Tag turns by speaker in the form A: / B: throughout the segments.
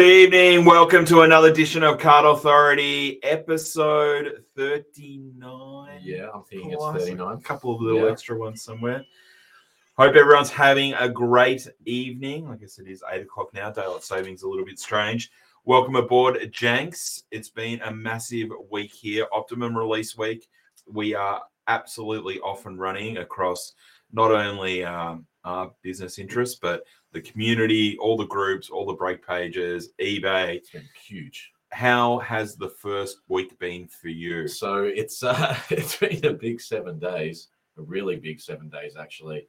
A: evening. Welcome to another edition of Card Authority, episode 39.
B: Yeah, I'm thinking
A: Nice.
B: it's 39.
A: A couple of little
B: Yeah.
A: extra ones somewhere. Hope everyone's having a great evening. I guess it is eight o'clock now. Daylight savings a little bit strange. Welcome aboard, Janks. It's been a massive week here. Optimum release week. We are absolutely off and running across not only um, our business interests, but the community, all the groups, all the break pages, eBay.
B: It's been huge.
A: How has the first week been for you?
B: So it's uh, it's been a big seven days, a really big seven days actually.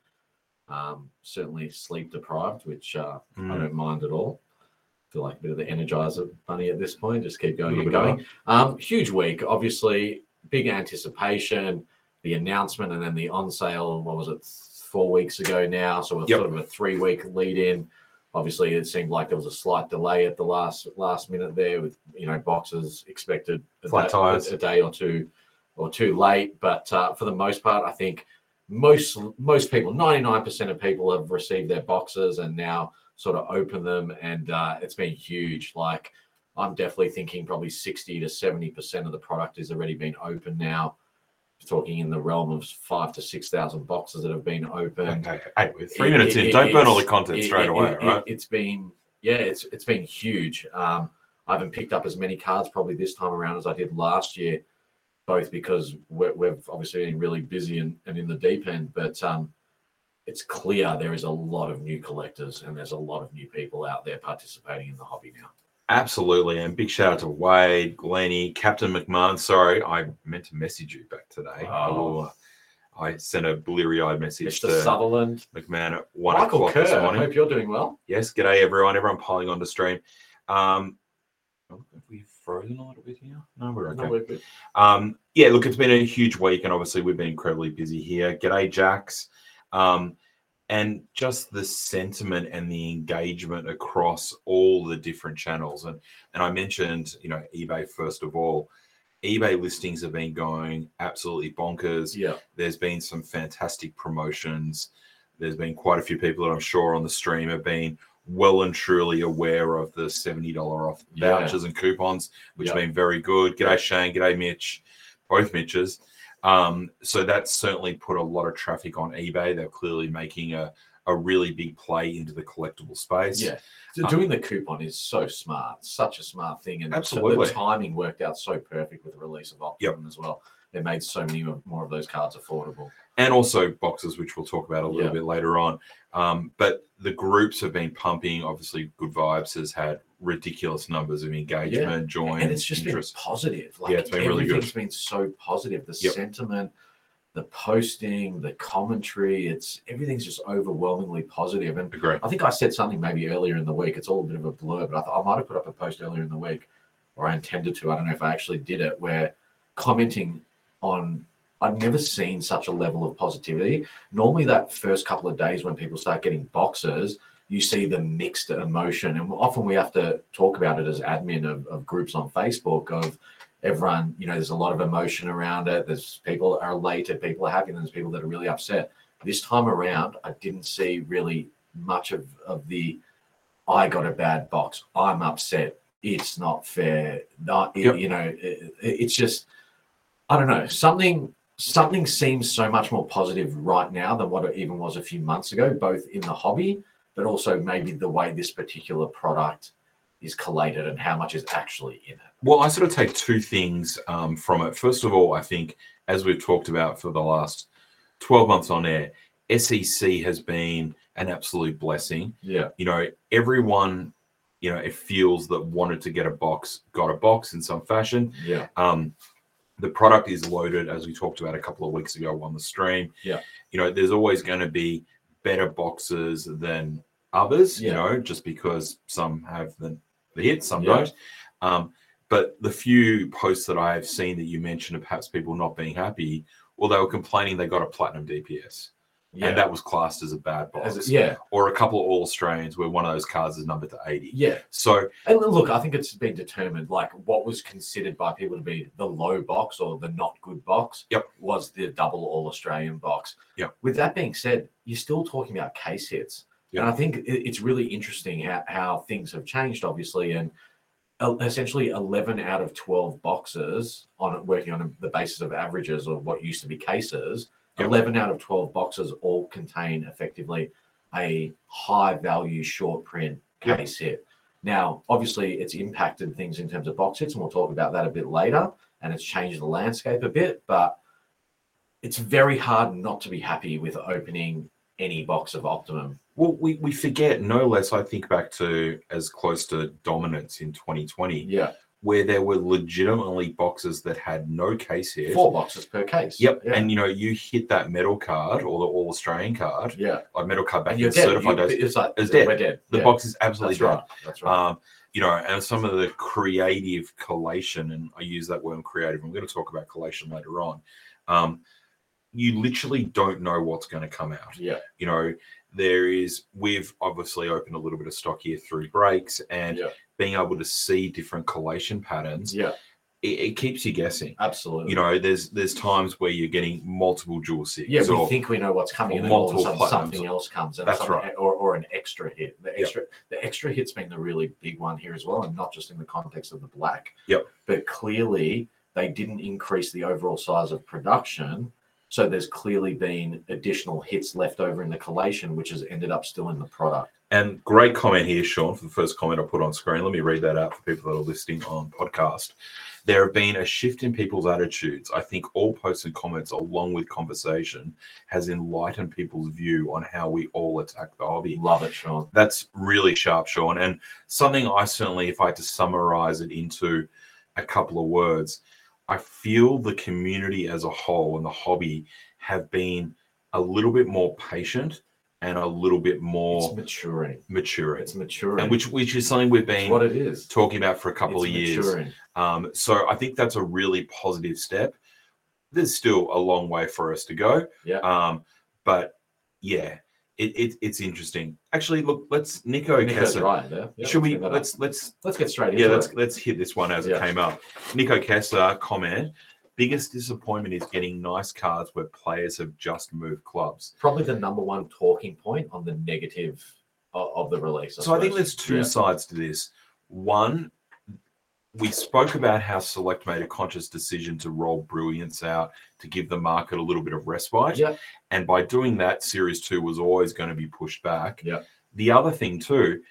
B: Um, certainly sleep deprived, which uh,
A: Hmm.
B: I don't mind at all. Feel like a bit of the energizer bunny at this point. Just keep going
A: Little
B: and
A: bit
B: going. Um, huge week, obviously. Big anticipation, the announcement, and then the on sale. What was it? Four weeks ago now. So it's
A: Yep.
B: sort of a three week lead in. Obviously, it seemed like there was a slight delay at the last last minute there, with you know boxes expected a
A: Flat
B: day-
A: tires.
B: a day or two or two late. But uh, for the most part, I think most most people, ninety nine percent of people, have received their boxes and now sort of open them, and uh, it's been huge. Like I'm definitely thinking probably sixty to seventy percent of the product has already been open now. Talking in the realm of five to six thousand boxes that have been opened
A: Okay, hey, we're three
B: it-
A: minutes in.
B: it-
A: Don't burn all the
B: it's-
A: content
B: it-
A: straight
B: it-
A: away,
B: it-
A: right?
B: It's been yeah, it's it's been huge. Um, I haven't picked up as many cards probably this time around as I did last year, both because we're, we've obviously been really busy and, and in the deep end, but um, it's clear there is a lot of new collectors and there's a lot of new people out there participating in the hobby now.
A: Absolutely. And big shout out to Wade, Glennie, Captain McMahon. Sorry, I meant to message you back today. I, will, uh, I sent a bleary eyed message
B: Mr.
A: to
B: Sutherland,
A: McMahon at one
B: Michael
A: o'clock
B: Kerr.
A: this
B: I
A: morning.
B: hope you're doing well.
A: Yes, g'day everyone. Everyone piling on to stream. Um, have we frozen a little bit here? No, we're okay.
B: No, we're good.
A: Um, yeah, look, it's been a huge week, and obviously we've been incredibly busy here. G'day, Jax. Um, and just the sentiment and the engagement across all the different channels. And and I mentioned, you know, eBay first of all. eBay listings have been going absolutely bonkers.
B: Yeah,
A: There's been some fantastic promotions. There's been quite a few people that I'm sure on the stream have been well and truly aware of the $70 off
B: Yeah.
A: vouchers and coupons, which
B: Yeah.
A: have been very good. G'day, Shane. G'day, Mitch. Both Mitches. Um, so that's certainly put a lot of traffic on eBay. They're clearly making a, a really big play into the collectible space.
B: Yeah. So
A: Um,
B: doing the coupon is so smart, such a smart thing, and so
A: Absolutely.
B: the timing worked out so perfect with the release of Optimum as well. It made so many of- more of those cards affordable.
A: and also boxes, which we'll talk about a little
B: Yeah.
A: bit later on. Um, but the groups have been pumping. Obviously, Good Vibes has had ridiculous numbers of engagement, join,
B: and it's just been
A: interest.
B: positive. Like
A: Yeah, it's been really good.
B: everything's been so positive. The
A: Yep.
B: sentiment, the posting, the commentary, it's everything's just overwhelmingly positive. And
A: Agree.
B: I think I said something maybe earlier in the week. It's all a bit of a blur, but I, th- I might have put up a post earlier in the week, or I intended to. I don't know if I actually did it. Where commenting on, I've never seen such a level of positivity. Normally, that first couple of days when people start getting boxes, you see the mixed emotion, and often we have to talk about it as admin of, of groups on Facebook of. Everyone, you know, there's a lot of emotion around it. There's people that are elated, people are happy, and there's people that are really upset. This time around, I didn't see really much of, of the I got a bad box. I'm upset. It's not fair. Not
A: Yep.
B: you know. It, it- it's just I don't know. Something something seems so much more positive right now than what it even was a few months ago, both in the hobby, but also maybe the way this particular product is collated and how much is actually in it.
A: Well, I sort of take two things um, from it. First of all, I think, as we've talked about for the last 12 months on air, SEC has been an absolute blessing.
B: Yeah.
A: you know, everyone, you know, it feels that wanted to get a box got a box in some fashion.
B: Yeah.
A: Um, the product is loaded, as we talked about a couple of weeks ago on the stream.
B: Yeah.
A: You know, there's always going to be better boxes than others, you
B: Yeah.
A: know, just because some have the, the hit, some
B: Yeah.
A: don't. Um, but the few posts that I've seen that you mentioned of perhaps people not being happy, well, they were complaining they got a platinum DPS.
B: Yeah.
A: And that was classed as a bad box
B: As- yeah.
A: or a couple of All Australians where one of those cards is numbered to 80.
B: Yeah.
A: So,
B: And look, I think it's been determined like what was considered by people to be the low box or the not good box
A: Yep.
B: was the double all Australian box.
A: Yep.
B: With that being said, you're still talking about case hits.
A: Yeah.
B: And I think it- it's really interesting how, how things have changed, obviously, and el- essentially 11 out of 12 boxers on working on the basis of averages or what used to be cases,
A: Yeah.
B: 11 out of 12 boxes all contain effectively a high value short print
A: Yeah.
B: case hit. Now, obviously, it's impacted things in terms of box hits, and we'll talk about that a bit later. And it's changed the landscape a bit, but it's very hard not to be happy with opening any box of Optimum.
A: Well, we, we forget, no less, I think back to as close to dominance in 2020,
B: Yeah,
A: where there were legitimately boxes that had no case hit.
B: four boxes per case.
A: Yep.
B: Yeah.
A: And, you know, you hit that metal card or the All Australian card,
B: yeah.
A: like metal card back
B: And
A: in
B: you're dead.
A: certified
B: You-
A: days.
B: it's like
A: It's dead.
B: we're dead.
A: The
B: Yeah,
A: box is absolutely
B: That's
A: done.
B: right. That's right.
A: Um, you know, and some of the creative collation, and I use that word creative. I'm going to talk about collation later on. Um, you literally don't know what's going to come out.
B: yeah.
A: You know, there is, we've obviously opened a little bit of stock here through breaks and
B: Yeah.
A: being able to see different collation patterns,
B: Yeah.
A: it, it keeps you guessing.
B: Absolutely.
A: You know, there's there's times where you're getting multiple dual six.
B: Yeah, we
A: or-
B: think we know what's coming,
A: or
B: and then all of a sudden
A: multiple platinums.
B: something else comes, and
A: That's
B: something-
A: right.
B: or, or an extra hit. The
A: Yeah.
B: extra, the extra hit's been the really big one here as well, and not just in the context of the black.
A: Yep.
B: But clearly, they didn't increase the overall size of production, so there's clearly been additional hits left over in the collation, which has ended up still in the product.
A: And great comment here, Sean, for the first comment I put on screen. Let me read that out for people that are listening on podcast. There have been a shift in people's attitudes. I think all posts and comments, along with conversation, has enlightened people's view on how we all attack the hobby.
B: Love it, Sean.
A: That's really sharp, Sean. And something I certainly, if I had to summarize it into a couple of words, I feel the community as a whole and the hobby have been a little bit more patient and a little bit
B: It's
A: more
B: maturing.
A: mature
B: It's maturing.
A: and which which is something we've
B: It's
A: been
B: what it is.
A: talking about for a couple
B: It's
A: of years.
B: maturing.
A: Um, so I think that's a really positive step. There's still a long way for us to go.
B: Yeah.
A: Um, but yeah, it, it it's interesting. Actually, look, let's Nico
B: Nico's
A: Kesson.
B: right there. Yeah,
A: Should we
B: bring that up.
A: let's let's
B: let's get straight into
A: yeah,
B: it.
A: let's let's hit this one as it
B: Yeah.
A: came up. Nico Kessler comment: biggest disappointment is getting nice cards where players have just moved clubs.
B: probably the number one talking point on the negative of, of the release.
A: So I think there's
B: suppose.
A: two
B: Yeah.
A: sides to this. One, we spoke about how Select made a conscious decision to roll Brilliance out to give the market a little bit of respite.
B: Yeah.
A: And by doing that, Series 2 was always going to be pushed back.
B: Yeah.
A: The other thing, too,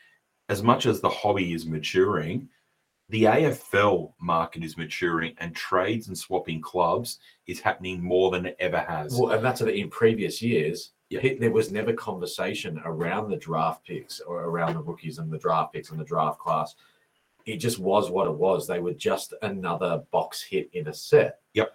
A: as much as the hobby is maturing, the AFL market is maturing and trades and swapping clubs is happening more than it ever has.
B: Well, and that's it. in previous years.
A: Yeah.
B: he- There was never conversation around the draft picks or around the rookies and the draft picks and the draft class. It just was what it was. They were just another box hit in a set.
A: Yep.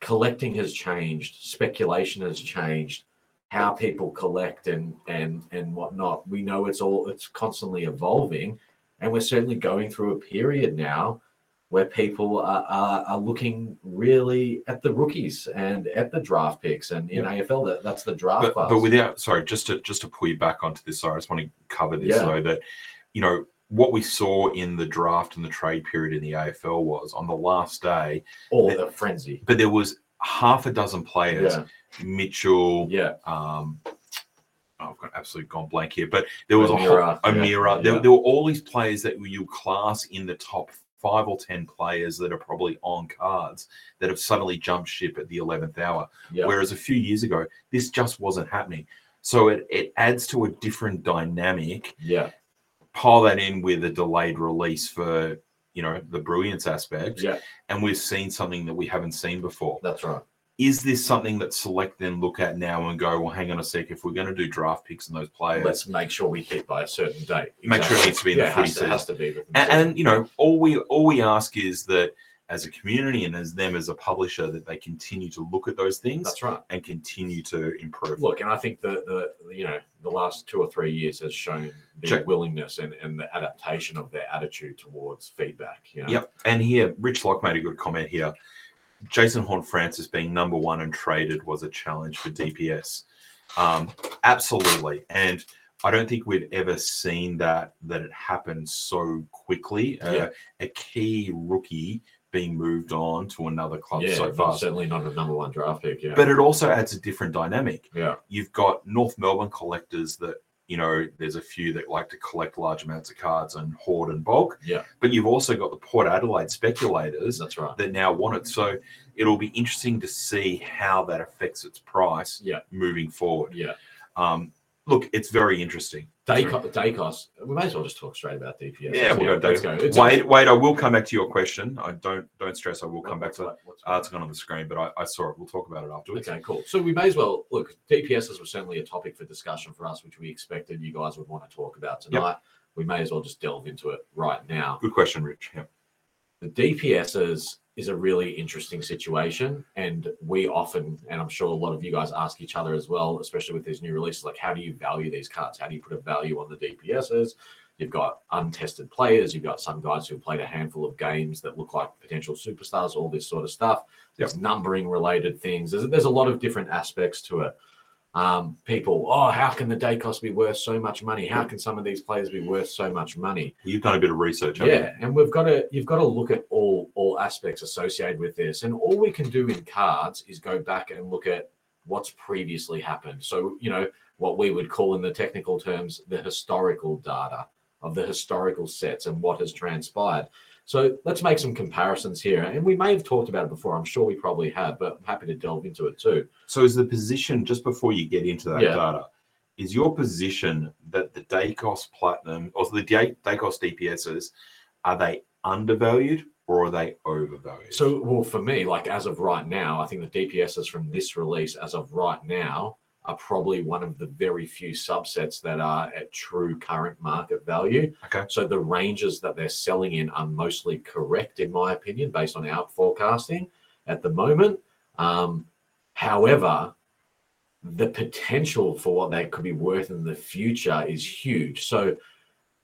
B: Collecting has changed. Speculation has changed. How people collect and and and whatnot. We know it's all it's constantly evolving, and we're certainly going through a period now where people are, are, are looking really at the rookies and at the draft picks and in AFL that, that's the draft
A: but,
B: class.
A: but without sorry just to just to pull you back onto this sorry i just want to cover this
B: Yeah.
A: though that you know what we saw in the draft and the trade period in the afl was on the last day
B: all the frenzy.
A: but there was half a dozen players
B: Yeah,
A: mitchell
B: yeah,
A: um oh, i've got absolute gone blank here but there was
B: O'Meara,
A: a
B: yeah,
A: whole O'Meara. There,
B: yeah.
A: there were all these players that you class in the top five or ten players that are probably on cards that have suddenly jumped ship at the 11th hour
B: yeah.
A: Whereas a few years ago, this just wasn't happening. So it, it adds to a different dynamic.
B: yeah,
A: Pile that in with a delayed release for, you know, the brilliance aspect.
B: yeah,
A: And we've seen something that we haven't seen before.
B: that's right.
A: Is this something that Select then look at now and go, well, hang on a sec, if we're going to do draft picks and those players,
B: Let's make sure we hit by a certain date.
A: make sure it needs to be in
B: yeah,
A: the
B: it
A: footy
B: has to,
A: season.
B: has to be. within
A: and,
B: season.
A: and, you know, all we all we ask is that as a community and as them as a publisher, that they continue to look at those things
B: that's right.
A: and continue to improve.
B: Look, and I think the, the you know the last two or three years has shown the
A: Sure.
B: willingness and, and the adaptation of their attitude towards feedback. You know?
A: Yep. And here, Rich Locke made a good comment here. Jason Horn Francis being number one and traded was a challenge for DPS. Um, absolutely. And I don't think we've ever seen that that it happened so quickly. Uh,
B: Yeah.
A: A key rookie being moved on to another club
B: yeah,
A: so
B: but
A: fast.
B: certainly not a number one draft pick. Yeah,
A: But it also adds a different dynamic.
B: yeah,
A: You've got North Melbourne collectors that you know, there's a few that like to collect large amounts of cards and hoard and bulk.
B: Yeah.
A: But you've also got the Port Adelaide speculators
B: That's right.
A: that now want it. So it'll be interesting to see how that affects its price
B: Yeah.
A: moving forward.
B: Yeah.
A: Um, look, it's very interesting.
B: Dacos, Dacos. We may as well just talk straight about DPS.
A: Yeah, we'll go
B: Let's
A: Dacos.
B: It's-
A: Wait, wait, I will come back to your question. I don't don't stress, I will come back to that.
B: What's-
A: Uh, it's gone on the screen, but I, I saw it. We'll talk about it afterwards.
B: Okay, cool. So we may as well look. DPSs were certainly a topic for discussion for us, which we expected you guys would want to talk about tonight. We may as well just delve into it right now.
A: Good question, Rich. Yeah.
B: The DPSs is a really interesting situation, and we often, and I'm sure a lot of you guys ask each other as well, especially with these new releases, like how do you value these cards? How do you put a value on the DPSs? You've got untested players. You've got some guys who played a handful of games that look like potential superstars. All this sort of stuff. There's numbering related things. There's, there's a lot of different aspects to it. Um, people, oh, how can the day cost be worth so much money? How can some of these players be worth so much money?
A: You've done a bit of research, haven't
B: Yeah, and we've got to you've got to look at all all aspects associated with this, and all we can do in cards is go back and look at what's previously happened. So you know what we would call in the technical terms the historical data of the historical sets and what has transpired. So let's make some comparisons here, and we may have talked about it before. I'm sure we probably have, but I'm happy to delve into it too.
A: So is the position just before you get into that
B: Yeah.
A: data? Is your position that the Dacos Platinum or the Da- Dacos DPSs are they undervalued or are they overvalued?
B: So, well, for me, like as of right now, I think the DPSs from this release, as of right now, are probably one of the very few subsets that are at true current market value.
A: Okay.
B: So the ranges that they're selling in are mostly correct, in my opinion, based on our forecasting at the moment. Um, however, the potential for what they could be worth in the future is huge. So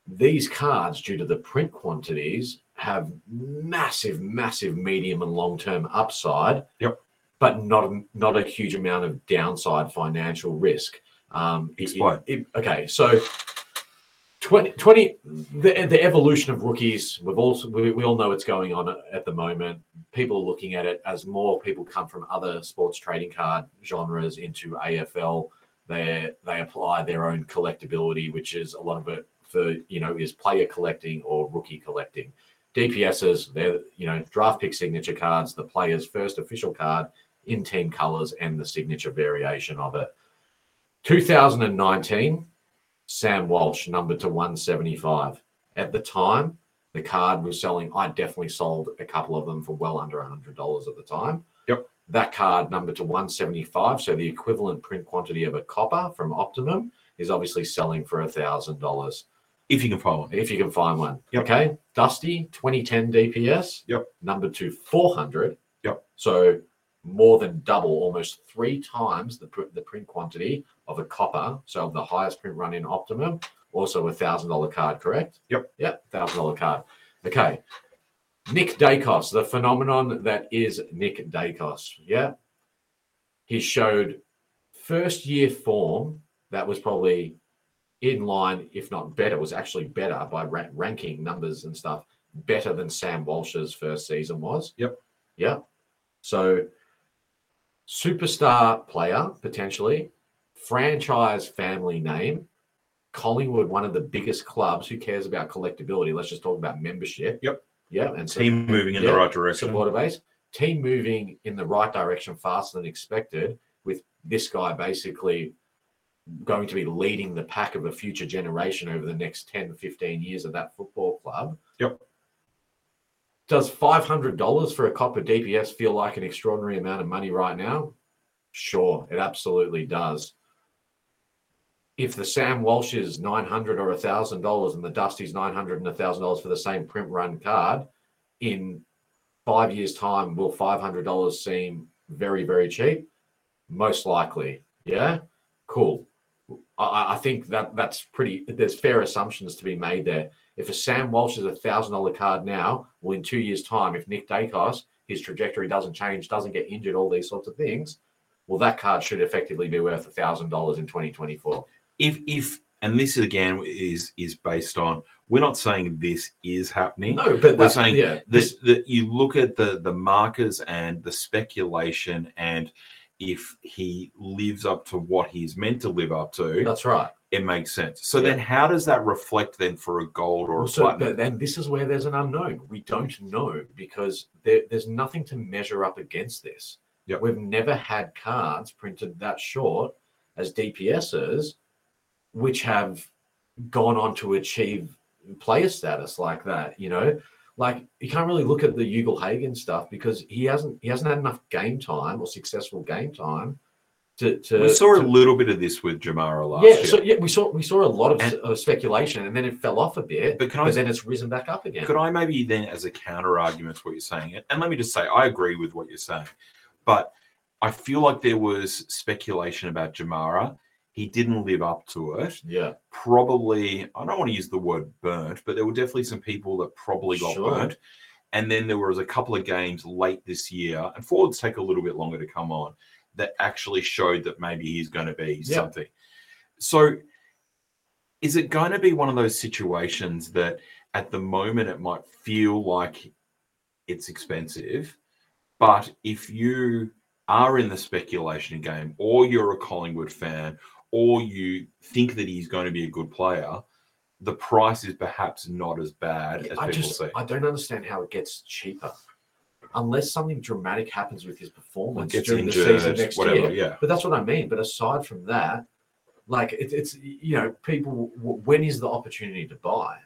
B: these cards, due to the print quantities, have massive, massive medium and long term upside.
A: Yep.
B: But not not a huge amount of downside financial risk. Um, it- it-
A: Explain.
B: it- okay, so 20, 20 the, the evolution of rookies we've also we, we all know what's going on at the moment people are looking at it as more people come from other sports trading card genres into afl they they apply their own collectability which is a lot of it for you know is player collecting or rookie collecting dps's they're you know draft pick signature cards the player's first official card in team colors and the signature variation of it 2019 Sam Walsh, numbered to 175. At the time, the card was selling. I definitely sold a couple of them for well under $100 at the time.
A: Yep.
B: That card, numbered to 175, so the equivalent print quantity of a copper from Optimum, is obviously selling for $1,000
A: if you can find one,
B: if you can find one.
A: Yep.
B: Okay. Dusty, 2010 DPS.
A: Yep.
B: Number to 400.
A: Yep.
B: So more than double, almost three times the, pr- the print quantity of a copper. So the highest print run in Optimum, also a $1,000 card, correct?
A: Yep.
B: Yep. $1,000 card. Okay. Nick Dacos, the phenomenon that is Nick Dacos. Yeah. He showed first year form that was probably in line, if not better, was actually better by ra- ranking numbers and stuff, better than Sam Walsh's first season was.
A: Yep.
B: Yeah. So, superstar player potentially, franchise family name, Collingwood, one of the biggest clubs. Who cares about collectability? Let's just talk about membership.
A: Yep.
B: Yeah. And so
A: team moving in
B: Yeah.
A: the right direction.
B: supporter base. Team moving in the right direction faster than expected, with this guy basically going to be leading the pack of a future generation over the next 10, 15 years of that football club.
A: Yep.
B: Does $500 for a copper DPS feel like an extraordinary amount of money right now? Sure, it absolutely does. If the Sam Walsh is 900 or $1,000 and the Dusty's 900 and $1,000 for the same print run card, in five years' time, will $500 seem very, very cheap? Most likely. Yeah. Cool. I- I, I think that that's pretty, there's fair assumptions to be made there. If a Sam Walsh is a $1,000 card now, well, in two years' time, if Nick Dacos, his trajectory doesn't change, doesn't get injured, all these sorts of things, well, that card should effectively be worth $1,000 in 2024.
A: If if and this again is is based on we're not saying this is happening.
B: No, but
A: We're
B: that's,
A: saying
B: yeah,
A: this that you look at the the markers and the speculation and if he lives up to what he's meant to live up to,
B: That's right.
A: it makes sense. So
B: Yeah.
A: then, how does that reflect then for a gold or a
B: So
A: platinum?
B: but then this is where there's an unknown. We don't know because there, there's nothing to measure up against this.
A: Yeah.
B: We've never had cards printed that short as DPSs, which have gone on to achieve player status like that. You know, like you can't really look at the Ugel Hagen stuff because he hasn't he hasn't had enough game time or successful game time to to.
A: we saw a
B: to-
A: little bit of this with Jamara last
B: yeah,
A: year.
B: so yeah, we saw we saw a lot of
A: And-
B: uh, speculation, and then it fell off a bit.
A: but can I
B: But then it's risen back up again.
A: Could I maybe then, as a counter argument to what you're saying, and- and let me just say, I agree with what you're saying, but I feel like there was speculation about Jamara. He didn't live up to it.
B: Yeah,
A: Probably, I don't want to use the word burnt, but there were definitely some people that probably got
B: Sure.
A: burnt. And then there was a couple of games late this year, and forwards take a little bit longer to come on, that actually showed that maybe he's going to be
B: Yeah.
A: something. So is it going to be one of those situations that at the moment it might feel like it's expensive but if you are in the speculation game or you're a collingwood fan or you think that he's going to be a good player the price is perhaps not as bad as
B: I
A: people
B: just
A: say
B: I don't understand how it gets cheaper, unless something dramatic happens with his
A: Or
B: performance
A: gets
B: during the season
A: injured
B: next
A: whatever
B: year.
A: yeah
B: But that's what I mean. But aside from that, like it, it's you know people, w- when is the opportunity to buy?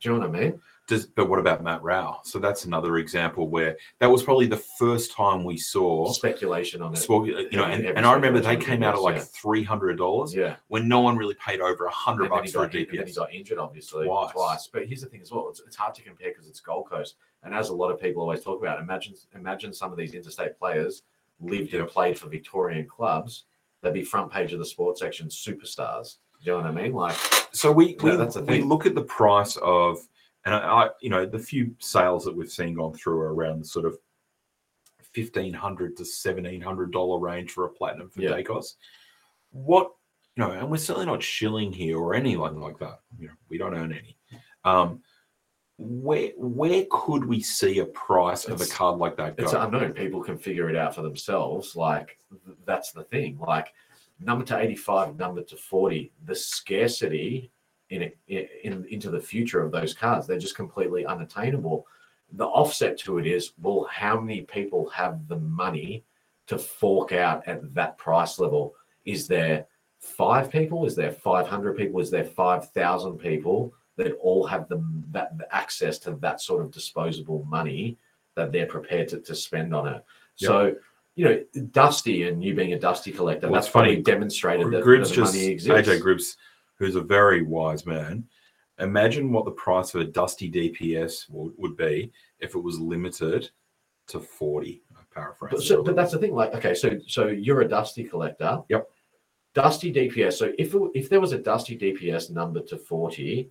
B: Do you know what I mean?
A: Does, but what about matt rao so that's another example where that was probably the first time we saw
B: Speculation on it.
A: Spog- you know, and,
B: Every
A: and I remember they
B: speculation
A: came out at
B: was,
A: like
B: yeah.
A: three hundred dollars
B: yeah,
A: when no one really paid over a hundred
B: And then he
A: bucks for a
B: got hit- and then he
A: DPS.
B: got injured, obviously,
A: Twice.
B: twice. But here's the thing as well: it's, it's hard to compare because it's Gold Coast, and as a lot of people always talk about, imagine imagine some of these interstate players lived and played for Victorian clubs. They'd be front page of the sports section, superstars. Do you know what I mean? Like,
A: So we
B: No,
A: we,
B: that's the
A: we
B: thing.
A: look at the price of, and I, I you know the few sales that we've seen gone through are around the sort of fifteen hundred to seventeen hundred dollar range for a platinum for
B: Yeah.
A: Dacos. What you know, and we're certainly not shilling here or anything like that. You know, we don't earn any. Um, where where could we see a price of a
B: It's-
A: card like that go?
B: it's unknown. People can figure it out for themselves. Like, th- that's the thing. Like, number to eighty-five, number to forty. The scarcity in, a, in in into the future of those cards. They're just completely unattainable. The offset to it is, well, how many people have the money to fork out at that price level? Is there five people? Is there five hundred people? Is there five thousand people that all have the that the access to that sort of disposable money? that they're prepared to, to spend on it.
A: Yeah.
B: So, you know, Dusty and you being a Dusty collector,
A: Well,
B: that's
A: it's funny,
B: funny. demonstrated that,
A: Gribbs
B: that the
A: just
B: money exists.
A: AJ Gribbs, who's a very wise man. Imagine what the price of a dusty DPS would, would be if it was limited to forty. I paraphrase.
B: But,
A: it
B: so,
A: a little
B: but that's the thing. Like, okay, so so you're a Dusty collector.
A: Yep.
B: Dusty DPS. So if it, if there was a Dusty DPS number to forty,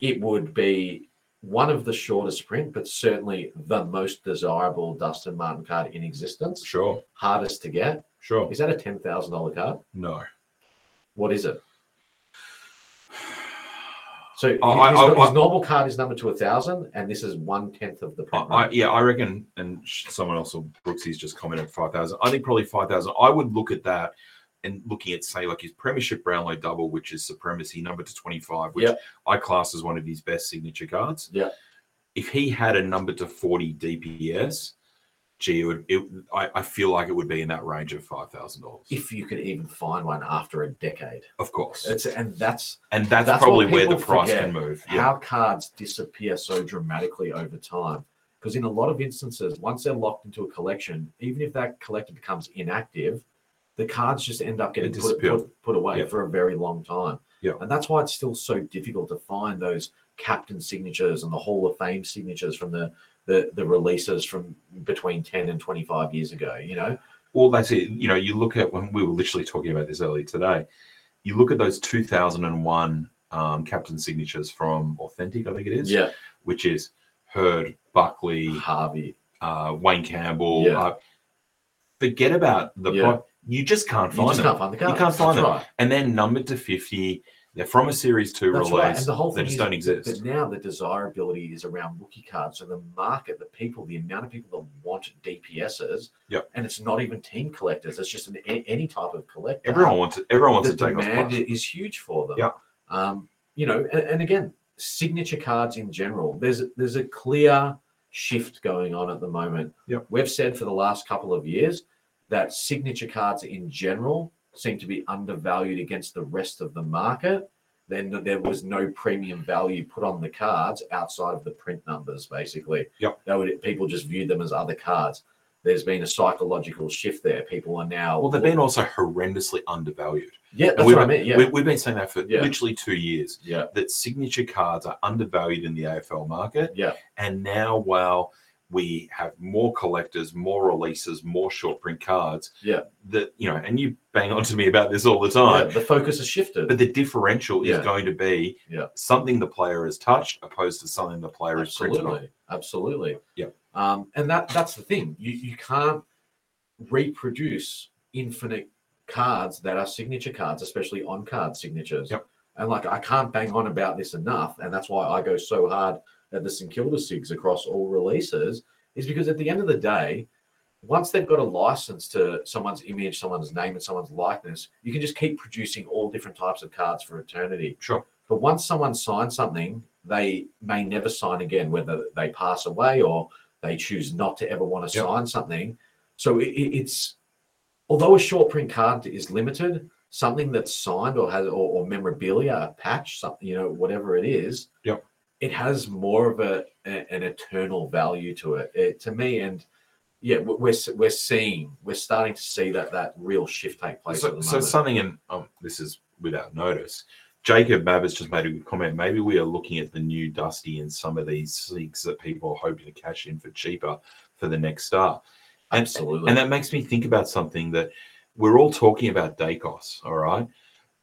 B: it would be one of the shortest print, but certainly the most desirable Dustin Martin card in
A: bit.
B: existence.
A: sure,
B: Hardest to get.
A: sure.
B: Is that a ten thousand dollar card?
A: No,
B: What is it? So his,
A: I- I-
B: his
A: I-
B: normal card is numbered to a thousand, and this is one tenth of the
A: I,
B: print.
A: I, yeah, I reckon. And sh- someone else, or Brooksy's just commented five thousand. I think probably five thousand. I would look at that and looking at say like his Premiership Brownlow double, which is supremacy number to twenty five, which
B: Yep.
A: I class as one of his best signature cards.
B: Yeah.
A: if he had a number to 40 DPS, gee, it would, it, I, I feel like it would be in that range of $5,000.
B: if you could even find one after a decade,
A: Of course.
B: it's and that's
A: and that's,
B: that's
A: probably
B: what
A: where the
B: people
A: price
B: forget.
A: can move. Yeah.
B: how cards disappear so dramatically over time. Because in a lot of instances, once they're locked into a collection, even if that collector becomes inactive, the cards just end up getting
A: They
B: put,
A: disappear.
B: put, put away
A: Yeah.
B: for a very long time.
A: Yeah.
B: And that's why it's still so difficult to find those captain signatures and the Hall of Fame signatures from the, the, the releases from between 10 and 25 years ago, you know?
A: Well, that's it. You know, you look at when we were literally talking about this earlier today, you look at those 2001 um, captain signatures from Authentic, I think it is, which is Heard, Buckley,
B: Harvey.
A: uh, Wayne Campbell.
B: Yeah.
A: Uh, forget about the.
B: Yeah.
A: pro- you just can't
B: You
A: find
B: just
A: them.
B: can't find the cards.
A: can't find
B: That's
A: them.
B: Right.
A: and then numbered to 50 They're from a series two
B: That's
A: release.
B: right. And the whole
A: they
B: thing
A: just
B: is
A: don't
B: that-
A: exist.
B: That now the desirability is around rookie cards. So the market, the people, the amount of people that want DPSs.
A: Yep.
B: And it's not even team collectors. It's just an, a- any type of collector.
A: Everyone wants it. Everyone wants
B: the
A: to take off.
B: demand
A: Plus.
B: is huge for them.
A: Yeah.
B: Um, you know, and, and again, signature cards in general. There's there's a clear shift going on at the moment.
A: Yeah.
B: We've said for the last couple of years that signature cards in general seem to be undervalued against the rest of the market. Then there was no premium value put on the cards outside of the print numbers, basically.
A: Yeah.
B: They would people just viewed them as other cards. There's been a psychological shift there. People are now
A: Well, they've been also horrendously undervalued.
B: yeah, that's
A: we've,
B: what I meant. Yeah,
A: we, we've been saying that for
B: Yeah.
A: literally two years.
B: yeah.
A: That signature cards are undervalued in the AFL market.
B: Yeah,
A: And now, while we have more collectors, more releases, more short print cards,
B: Yeah.
A: that you know, and you bang on to me about this all the time.
B: yeah, the focus has shifted.
A: But the differential
B: Yeah.
A: is going to be
B: Yeah.
A: something the player has touched opposed to something the player is printed on.
B: absolutely, absolutely.
A: Yeah.
B: Um, and that that's the thing. You you can't reproduce infinite cards that are signature cards, especially on card signatures.
A: Yep.
B: And like I can't bang on about this enough, and that's why I go so hard at the St Kilda Sigs across all releases, is because at the end of the day, once they've got a license to someone's image, someone's name, and someone's likeness, you can just keep producing all different types of cards for eternity.
A: Sure.
B: But once someone signs something, they may never sign again, whether they pass away or they choose not to ever want to
A: Yep.
B: sign something. So it, it- it's, although a short print card is limited, something that's signed or has, or, or memorabilia, a patch, something, you know, whatever it is,
A: Yep.
B: it has more of a, a- an eternal value to it, it, to me. And yeah, we- we're, s- we're seeing, we're starting to see that, that real shift take place. at
A: So,
B: the
A: so
B: moment.
A: something, and um, this is without notice. Jacob Mabbas just made a good comment. Maybe we are looking at the new Dusty and some of these SIGs that people are hoping to cash in for cheaper for the next star. and-
B: absolutely.
A: And that makes me think about something that we're all talking about Dacos, all right?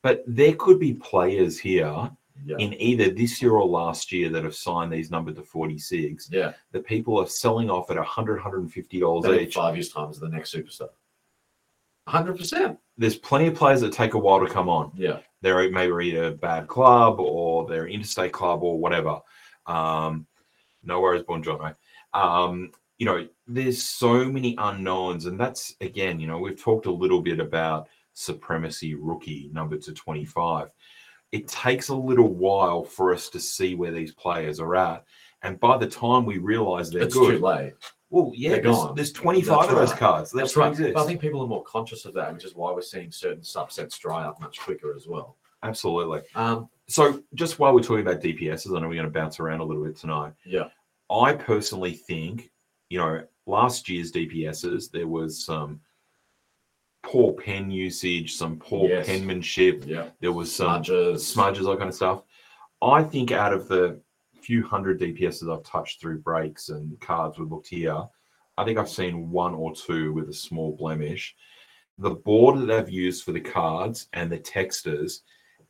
A: But there could be players here
B: yeah.
A: in either this year or last year that have signed these numbered to 46
B: yeah.
A: that people are selling off at 100 $150
B: Then in
A: each.
B: five years' time is the next superstar. 100%.
A: There's plenty of players that take a while to come on.
B: Yeah.
A: They're maybe at a bad club or they're interstate club or whatever. Um, no worries, Bonjourno. Um, you know, there's so many unknowns, and that's again, you know, we've talked a little bit about supremacy rookie number to 25. It takes a little while for us to see where these players are at, and by the time we realize they're
B: It's
A: good,
B: too late.
A: Well, yeah,
B: They're
A: there's,
B: gone.
A: there's 25
B: That's
A: of those
B: right.
A: cards.
B: That's
A: That's
B: right.
A: right.
B: But I think people are more conscious of that, which is why we're seeing certain subsets dry up much quicker as well.
A: Absolutely.
B: Um,
A: So, just while we're talking about DPSs, I know we're going to bounce around a little bit tonight.
B: yeah.
A: I personally think, you know, last year's DPSs, there was some poor pen usage, some poor
B: Yes.
A: penmanship,
B: Yeah.
A: there was some
B: Smudges.
A: smudges, all kind of stuff. I think out of the few hundred DPSs I've touched through breaks and cards we've looked here, I think I've seen one or two with a small blemish. The board that I've used for the cards and the texters,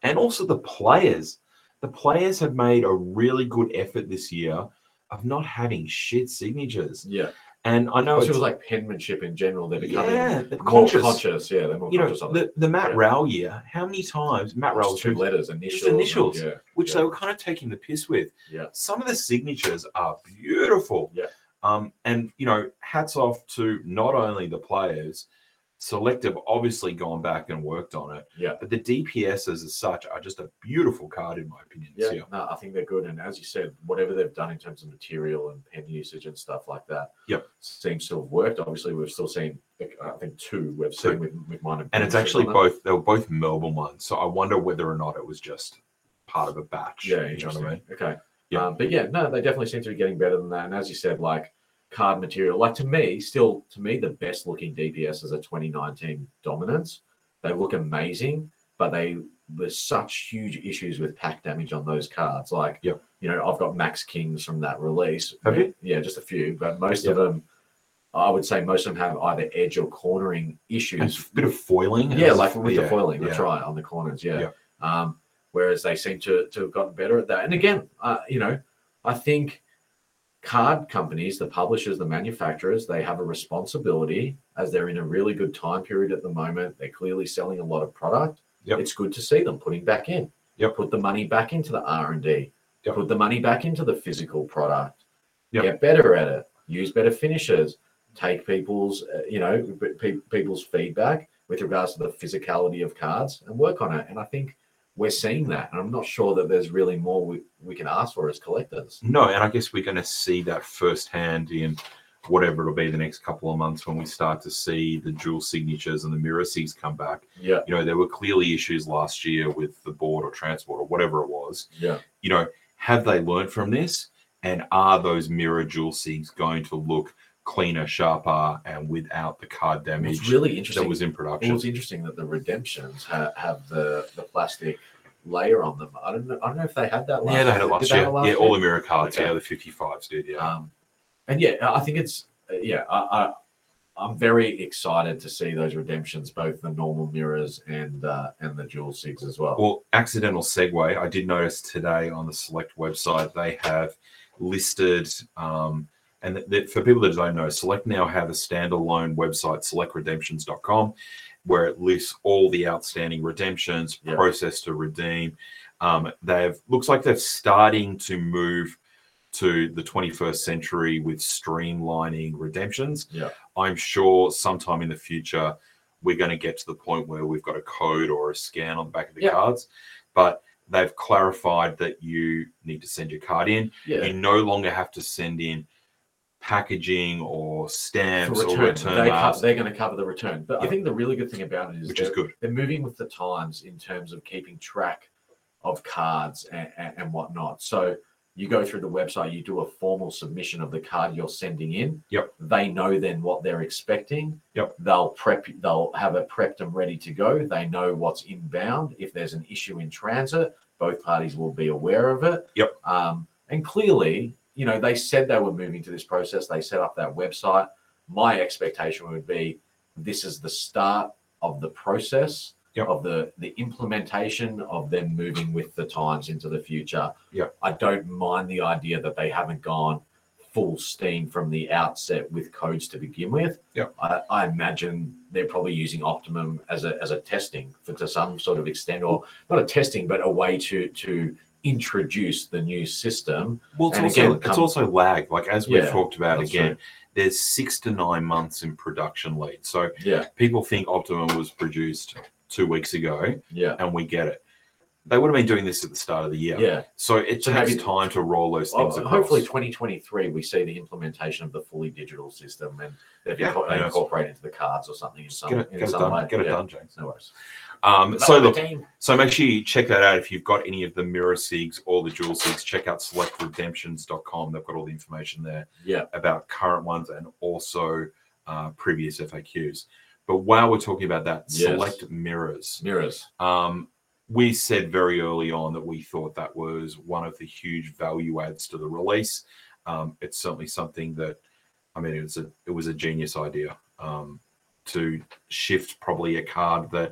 A: and also the players, the players have made a really good effort this year of not having shit signatures.
B: Yeah.
A: And I know
B: Also, it
A: it's
B: was like penmanship in general. They're becoming
A: yeah, they're
B: more
A: conscious.
B: conscious. Yeah. They're more
A: You know,
B: conscious of it.
A: the, the Matt
B: Yeah.
A: Rowell year, how many times Matt Rowell
B: Just two letters, initials. and-
A: initials.
B: Yeah.
A: which
B: Yeah.
A: they were kind of taking the piss with.
B: Yeah.
A: Some of the signatures are beautiful.
B: Yeah.
A: Um, and you know, hats off to not only the players, Selective obviously gone back and worked on it.
B: Yeah.
A: But the DPSs as such are just a beautiful card in my opinion.
B: Yeah,
A: this year.
B: no, I think they're good. And as you said, whatever they've done in terms of material and pen usage and stuff like that,
A: Yep.
B: seems to have worked. Obviously, we've still seen, like, I think, two we've
A: Two.
B: seen with, with mine.
A: And it's
B: Ben's
A: actually
B: on it.
A: both they were both Melbourne ones. So I wonder whether or not it was just part of a batch. You know what
B: Yeah,
A: I mean?
B: interesting. Okay.
A: Yeah.
B: Um, but yeah, no, they definitely seem to be getting better than that. And as you said, like card material, like to me, still to me, the best looking DPSs are 2019 dominance. They look amazing, but they there's such huge issues with pack damage on those cards. Like,
A: Yep.
B: you know, I've got Max Kings from that release.
A: Have you?
B: Yeah, just a few, but most
A: Yep.
B: of them, I would say most of them have either edge or cornering
A: And
B: issues
A: it's a bit of foiling.
B: yeah, like with the foiling,
A: yeah.
B: that's right, on the corners, yeah.
A: Yeah.
B: Um, whereas they seem to, to have gotten better at that. And again, uh, you know, I think card companies, the publishers, the manufacturers, they have a responsibility as they're in a really good time period at the moment. They're clearly selling a lot of product.
A: Yep.
B: It's good to see them putting back in.
A: Yep.
B: Put the money back into the R and D.
A: Yep.
B: Put the money back into the physical product.
A: Yep.
B: Get better at it. Use better finishes. Take people's uh, you know pe- pe- people's feedback with regards to the physicality of cards and work on it. And I think we're seeing that. And I'm not sure that there's really more we, we can ask for as collectors.
A: No, and I guess we're going to see that firsthand in whatever it'll be the next couple of months when we start to see the dual signatures and the mirror sigs come back.
B: Yeah.
A: You know, there were clearly issues last year with the board or transport or whatever it was.
B: Yeah.
A: You know, have they learned from this? And are those mirror dual sigs going to look cleaner, sharper, and without the card
B: It's
A: damage
B: really
A: that
B: interesting.
A: was in
B: Well,
A: production?
B: it's interesting that the redemptions ha- have the the plastic layer on them. I don't know. I don't know if they had that. Last
A: yeah, they had it
B: year. Did
A: last
B: they
A: year.
B: have it last
A: yeah, all the mirror cards.
B: Okay.
A: Yeah, the 55s did. Yeah.
B: Um, and yeah, I think it's yeah. I, I I'm very excited to see those redemptions, both the normal mirrors and uh, and the dual six as well.
A: Well, accidental segue. I did notice today on the Select website they have listed, um, and th- th- for people that don't know, Select now have a standalone website, selectredemptions.com, where it lists all the outstanding redemptions,
B: Yeah.
A: process to redeem. Um, they've looks like they're starting to move to the 21st century with streamlining redemptions.
B: Yeah.
A: I'm sure sometime in the future we're going to get to the point where we've got a code or a scan on the back of the
B: Yeah.
A: cards, but they've clarified that you need to send your card in.
B: yeah,
A: You no longer have to send in packaging or
B: for
A: stamps
B: return,
A: or return
B: they co-
A: marks,
B: they're going to cover the return. But
A: Yeah.
B: I think the really good thing about it is
A: which is
B: they're-
A: good.
B: they're moving with the times in terms of keeping track of cards and, and, and whatnot. So you go through the website, you do a formal submission of the card you're sending in.
A: Yep.
B: They know then what they're expecting.
A: Yep.
B: They'll prep. They'll have it prepped and ready to go. They know what's inbound. If there's an issue in transit, both parties will be aware of it.
A: Yep.
B: Um, and clearly, you know, they said they were moving to this process. They set up that website. My expectation would be this is the start of the process
A: Yep.
B: of the the implementation of them moving with the times into the future.
A: Yep.
B: I don't mind the idea that they haven't gone full steam from the outset with codes to begin with.
A: Yep.
B: I, I imagine they're probably using Optimum as a as a testing for to some sort of extent, or not a testing, but a way to to introduce the new system.
A: Well, it's
B: And
A: also
B: again,
A: it's
B: come-
A: also lag. Like as we've
B: Yeah,
A: talked about
B: that's
A: again, there's six to nine months in production lead. So
B: Yeah,
A: people think Optimum was produced two weeks ago,
B: yeah,
A: and we get it. They would have been doing this at the start of the year.
B: yeah.
A: So it
B: So
A: takes
B: maybe-
A: time to roll those things
B: Well,
A: across.
B: hopefully 2023 we see the implementation of the fully digital system and they've
A: Yeah,
B: inco-
A: I know.
B: incorporated into the cards or something in some,
A: get it,
B: in
A: get it
B: some
A: done.
B: way.
A: Get it
B: Yeah,
A: done, James.
B: No worries.
A: Um, so look,
B: Team.
A: so make sure you check that out if you've got any of the mirror sigs or the dual sigs. Check out selectredemptions.com. They've got all the information there
B: Yeah.
A: about current ones and also uh, previous FAQs. But while we're talking about that,
B: Yes.
A: select mirrors.
B: Mirrors.
A: Um, we said very early on that we thought that was one of the huge value adds to the release. Um, it's certainly something that, I mean, it was a it was a genius idea um, to shift probably a card that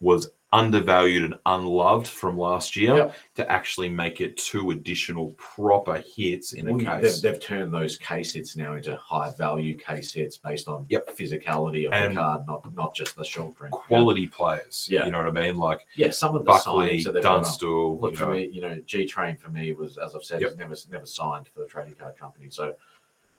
A: was undervalued and unloved from last year
B: Yep.
A: to actually make it two additional proper hits in
B: Well,
A: a
B: you-
A: case.
B: They've, they've turned those case hits now into high value case hits based on
A: Yep.
B: physicality of
A: And-
B: the card, not not just the short print.
A: Quality players,
B: Yeah.
A: you know what I mean, like
B: Yeah, yeah, some of the
A: Buckley,
B: signs that they've done. Look
A: Dunstall, you
B: for
A: know,
B: me, you know, G Train for me was, as I've said,
A: Yep.
B: was never never signed for the trading card company. So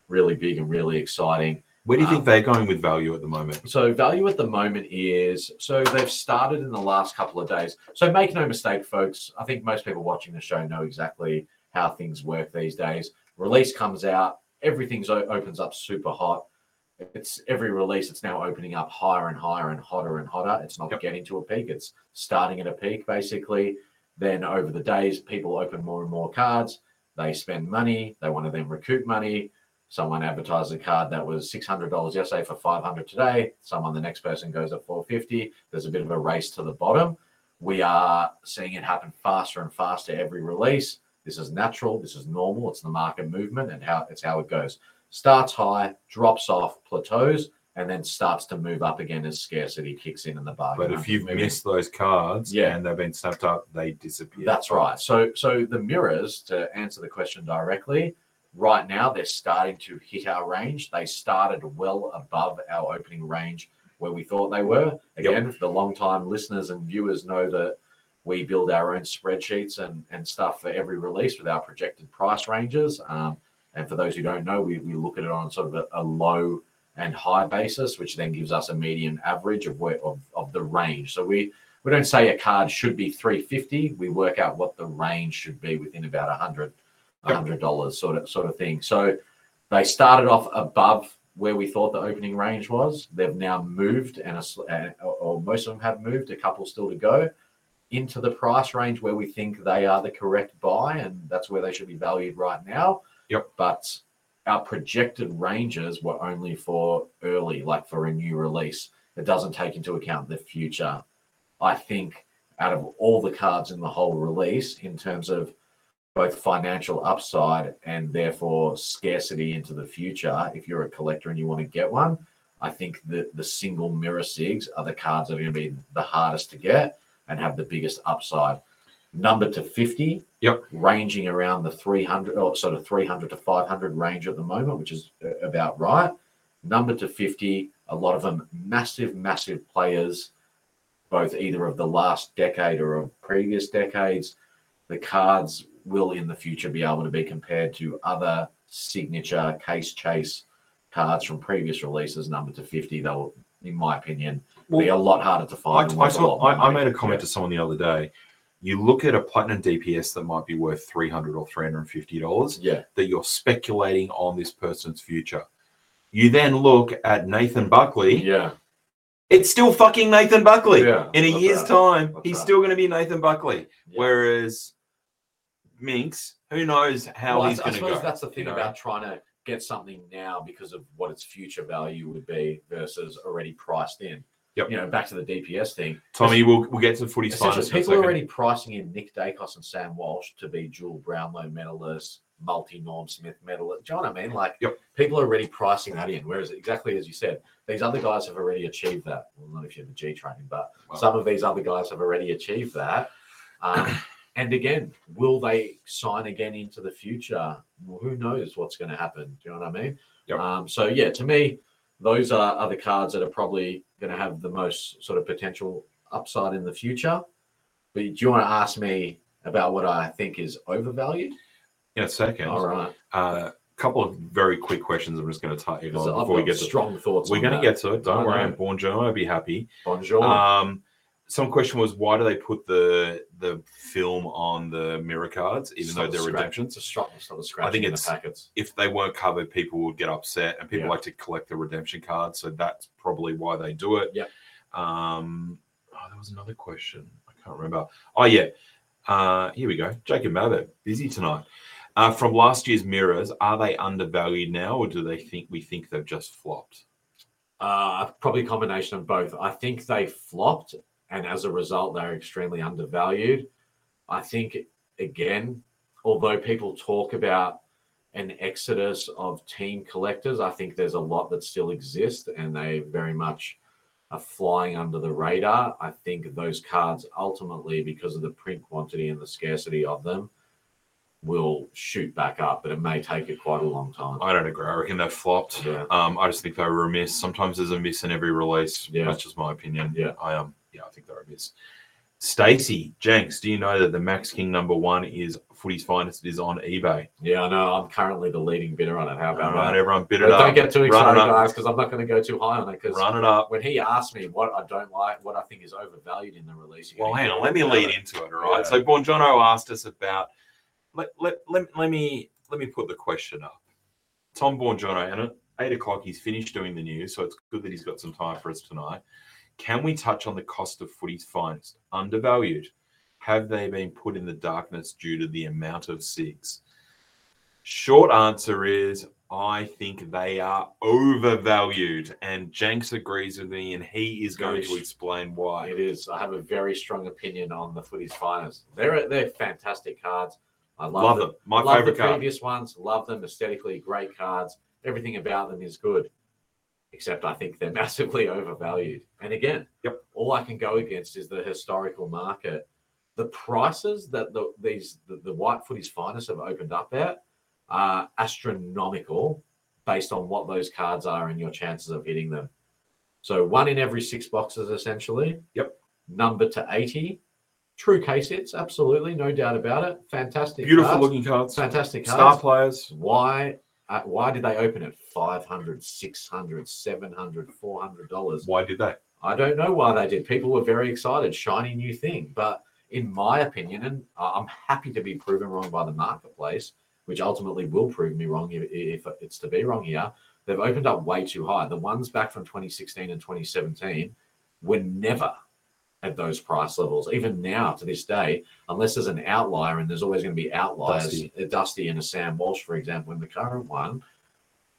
B: really big and really exciting.
A: Where do you think
B: Um,
A: they're going with value at the moment?
B: So value at the moment is so they've started in the last couple of days. So make no mistake, folks. I think most people watching the show know exactly how things work these days. Release comes out, everything's o- opens up super hot. It's every release. It's now opening up higher and higher and hotter and hotter. It's not
A: Yep.
B: getting to a peak. It's starting at a peak basically. Then over the days, people open more and more cards. They spend money. They want to then recoup money someone advertised a card that was six hundred dollars yesterday for five hundred today. Someone, the next person goes at four fifty. There's a bit of a race to the bottom. We are seeing it happen faster and faster every release. This is natural. This is normal. It's the market movement and how it's how it goes. Starts high, drops off, plateaus, and then starts to move up again as scarcity kicks in in the bargain.
A: But if
B: hunt
A: you've
B: moving.
A: missed those cards
B: Yeah.
A: and they've been snapped up, they disappear.
B: That's right. So so the mirrors to answer the question directly, right now they're starting to hit our range. They started well above our opening range where we thought they were. Again, the long time listeners and viewers know that we build our own spreadsheets and, and stuff for every release with our projected price ranges. Um, and for those who don't know, we, we look at it on sort of a, a low and high basis, which then gives us a median average of where of, of the range. So we we don't say a card should be 350. We work out what the range should be within about 100 hundred dollars sort of sort of thing. So they started off above where we thought the opening range was. They've now moved, and, a, sl- and or- or most of them have moved. A couple still to go into the price range where we think they are the correct buy, and that's where they should be valued right now.
A: Yep.
B: But our projected ranges were only for early, like for a new release. It doesn't take into account the future. I think out of all the cards in the whole release, in terms of both financial upside and therefore scarcity into the future, if you're a collector and you want to get one, I think that the single mirror SIGs are the cards that are going to be the hardest to get and have the biggest upside. Number to 50,
A: Yep.
B: ranging around the oh, 300 or sort of 300 to 500 range at the moment, which is uh, about right. Number to 50, a lot of them massive, massive players, both either of the last decade or of previous decades. The cards will in the future be able to be compared to other signature case chase cards from previous releases. Number to 50, they'll, in my opinion, be a lot harder to
A: I,
B: find. and
A: I,
B: worth a
A: saw,
B: lot more
A: I, I
B: money.
A: made a comment
B: Yeah.
A: to someone the other day. You look at a platinum DPS that might be worth three hundred or three hundred and fifty dollars.
B: Yeah,
A: That you're speculating on this person's future. You then look at Nathan Buckley.
B: yeah,
A: It's still fucking Nathan Buckley.
B: yeah.
A: In a
B: That's
A: year's
B: right.
A: time,
B: That's
A: he's
B: right.
A: still going to be Nathan Buckley.
B: Yeah.
A: Whereas Minx, who knows how
B: Well, I-
A: he's
B: I
A: going to
B: suppose
A: go?
B: That's the thing
A: know?
B: about trying to get something now because of what its future value would be versus already priced in.
A: Yep.
B: You know, back to the DPS thing.
A: Tommy, we'll, we'll get to footy finals. in
B: Essentially,
A: a
B: people are
A: second.
B: already pricing in Nick Dacos and Sam Walsh to be dual Brownlow medalists, multi Norm Smith medalists. Do you know what I mean? Like,
A: Yep.
B: people are already pricing that in. Whereas, exactly as you said, these other guys have already achieved that. Well, not if you're the G training, but
A: Wow.
B: some of these other guys have already achieved that. Um, and again, will they sign again into the future? Well, who knows what's going to happen? Do you know what I mean?
A: Yep.
B: Um, so, yeah, to me, those are, are the cards that are probably going to have the most sort of potential upside in the future. But do you want to ask me about what I think is overvalued?
A: in a second.
B: All right.
A: A Uh, couple of very quick questions. I'm just going to touch on
B: Because I've
A: before we
B: got
A: get to.
B: strong thoughts
A: We're
B: going to
A: get to it. Don't
B: I
A: worry.
B: know.
A: I'm born Jono. I'll be happy.
B: Bonjour.
A: Um, some question was why do they put the the film on the mirror cards, even
B: It's
A: though
B: not a
A: they're
B: scratch-
A: redemptions?
B: It's a strong, it's not a scratch. in
A: it's-
B: the packets.
A: if they weren't covered, people would get upset, and people
B: Yeah.
A: like to collect the redemption cards. So that's probably why they do it.
B: Yep.
A: Um, oh, there was another question. I can't remember. Oh yeah. Uh, here we go. Jacob Mabbott, busy tonight. Uh, from last year's mirrors, are they undervalued now, or do they think we think they've just flopped?
B: Uh, probably a combination of both. I think they flopped, and as a result, they're extremely undervalued. I think, again, although people talk about an exodus of team collectors, I think there's a lot that still exist, and they very much are flying under the radar. I think those cards ultimately, because of the print quantity and the scarcity of them, will shoot back up, but it may take it quite a long time.
A: I don't agree. I reckon they've flopped.
B: Yeah.
A: Um, I just think they were remiss. Sometimes there's a miss in every release.
B: Yeah.
A: That's just my opinion.
B: Yeah.
A: I um yeah, I think they're a miss. Stacy Jenks, do you know that the Max King number one is footy's finest? It is on eBay.
B: Yeah, I know. I'm currently the leading bidder on it. How
A: All
B: about
A: right,
B: that?
A: everyone bid it
B: But don't
A: up.
B: get too
A: Run
B: excited,
A: it up.
B: guys, because I'm not going to go too high on it. Because
A: Run it up.
B: when he asked me what I don't like, what I think is overvalued in the release,
A: Well, hang on, let me lead into it. All right.
B: Yeah.
A: So Bonjono asked us about let, let, let, let me let me put the question up. Tom Bonjono, and at eight o'clock he's finished doing the news, so it's good that he's got some time for us tonight. Can we touch on the cost of footy's finest? Undervalued. Have they been put in the darkness due to the amount of SIGs? Short answer is I think they are overvalued, and Jenks agrees with me, and he is going to
B: Agrees.
A: explain why.
B: It is. I have a very strong opinion on the footy's finest. They're they're fantastic cards. I love,
A: Love
B: them.
A: them. My
B: love
A: favorite
B: the
A: card.
B: previous ones. Love them aesthetically. Great cards. Everything about them is good, except I think they're massively overvalued. And again,
A: Yep.
B: all I can go against is the historical market. The prices that the these the, the white footies finest have opened up at are astronomical, based on what those cards are and your chances of hitting them. So one in every six boxes, essentially.
A: Yep.
B: Number to eighty True case hits, absolutely, no doubt about it. Fantastic,
A: Beautiful
B: cards,
A: looking cards.
B: fantastic
A: Star
B: cards.
A: players.
B: Why? Uh, why did they open at 500 600 700 400 dollars
A: Why did they?
B: I don't know why they did. People were very excited, shiny new thing. But in my opinion, and I- I'm happy to be proven wrong by the marketplace, which ultimately will prove me wrong if, if it's to be wrong here. They've opened up way too high. The ones back from 2016 and 2017 were never at those price levels. Even now, to this day, unless there's an outlier, and there's always going to be outliers,
A: Dusty.
B: a Dusty and a Sam Walsh, for example, in the current one,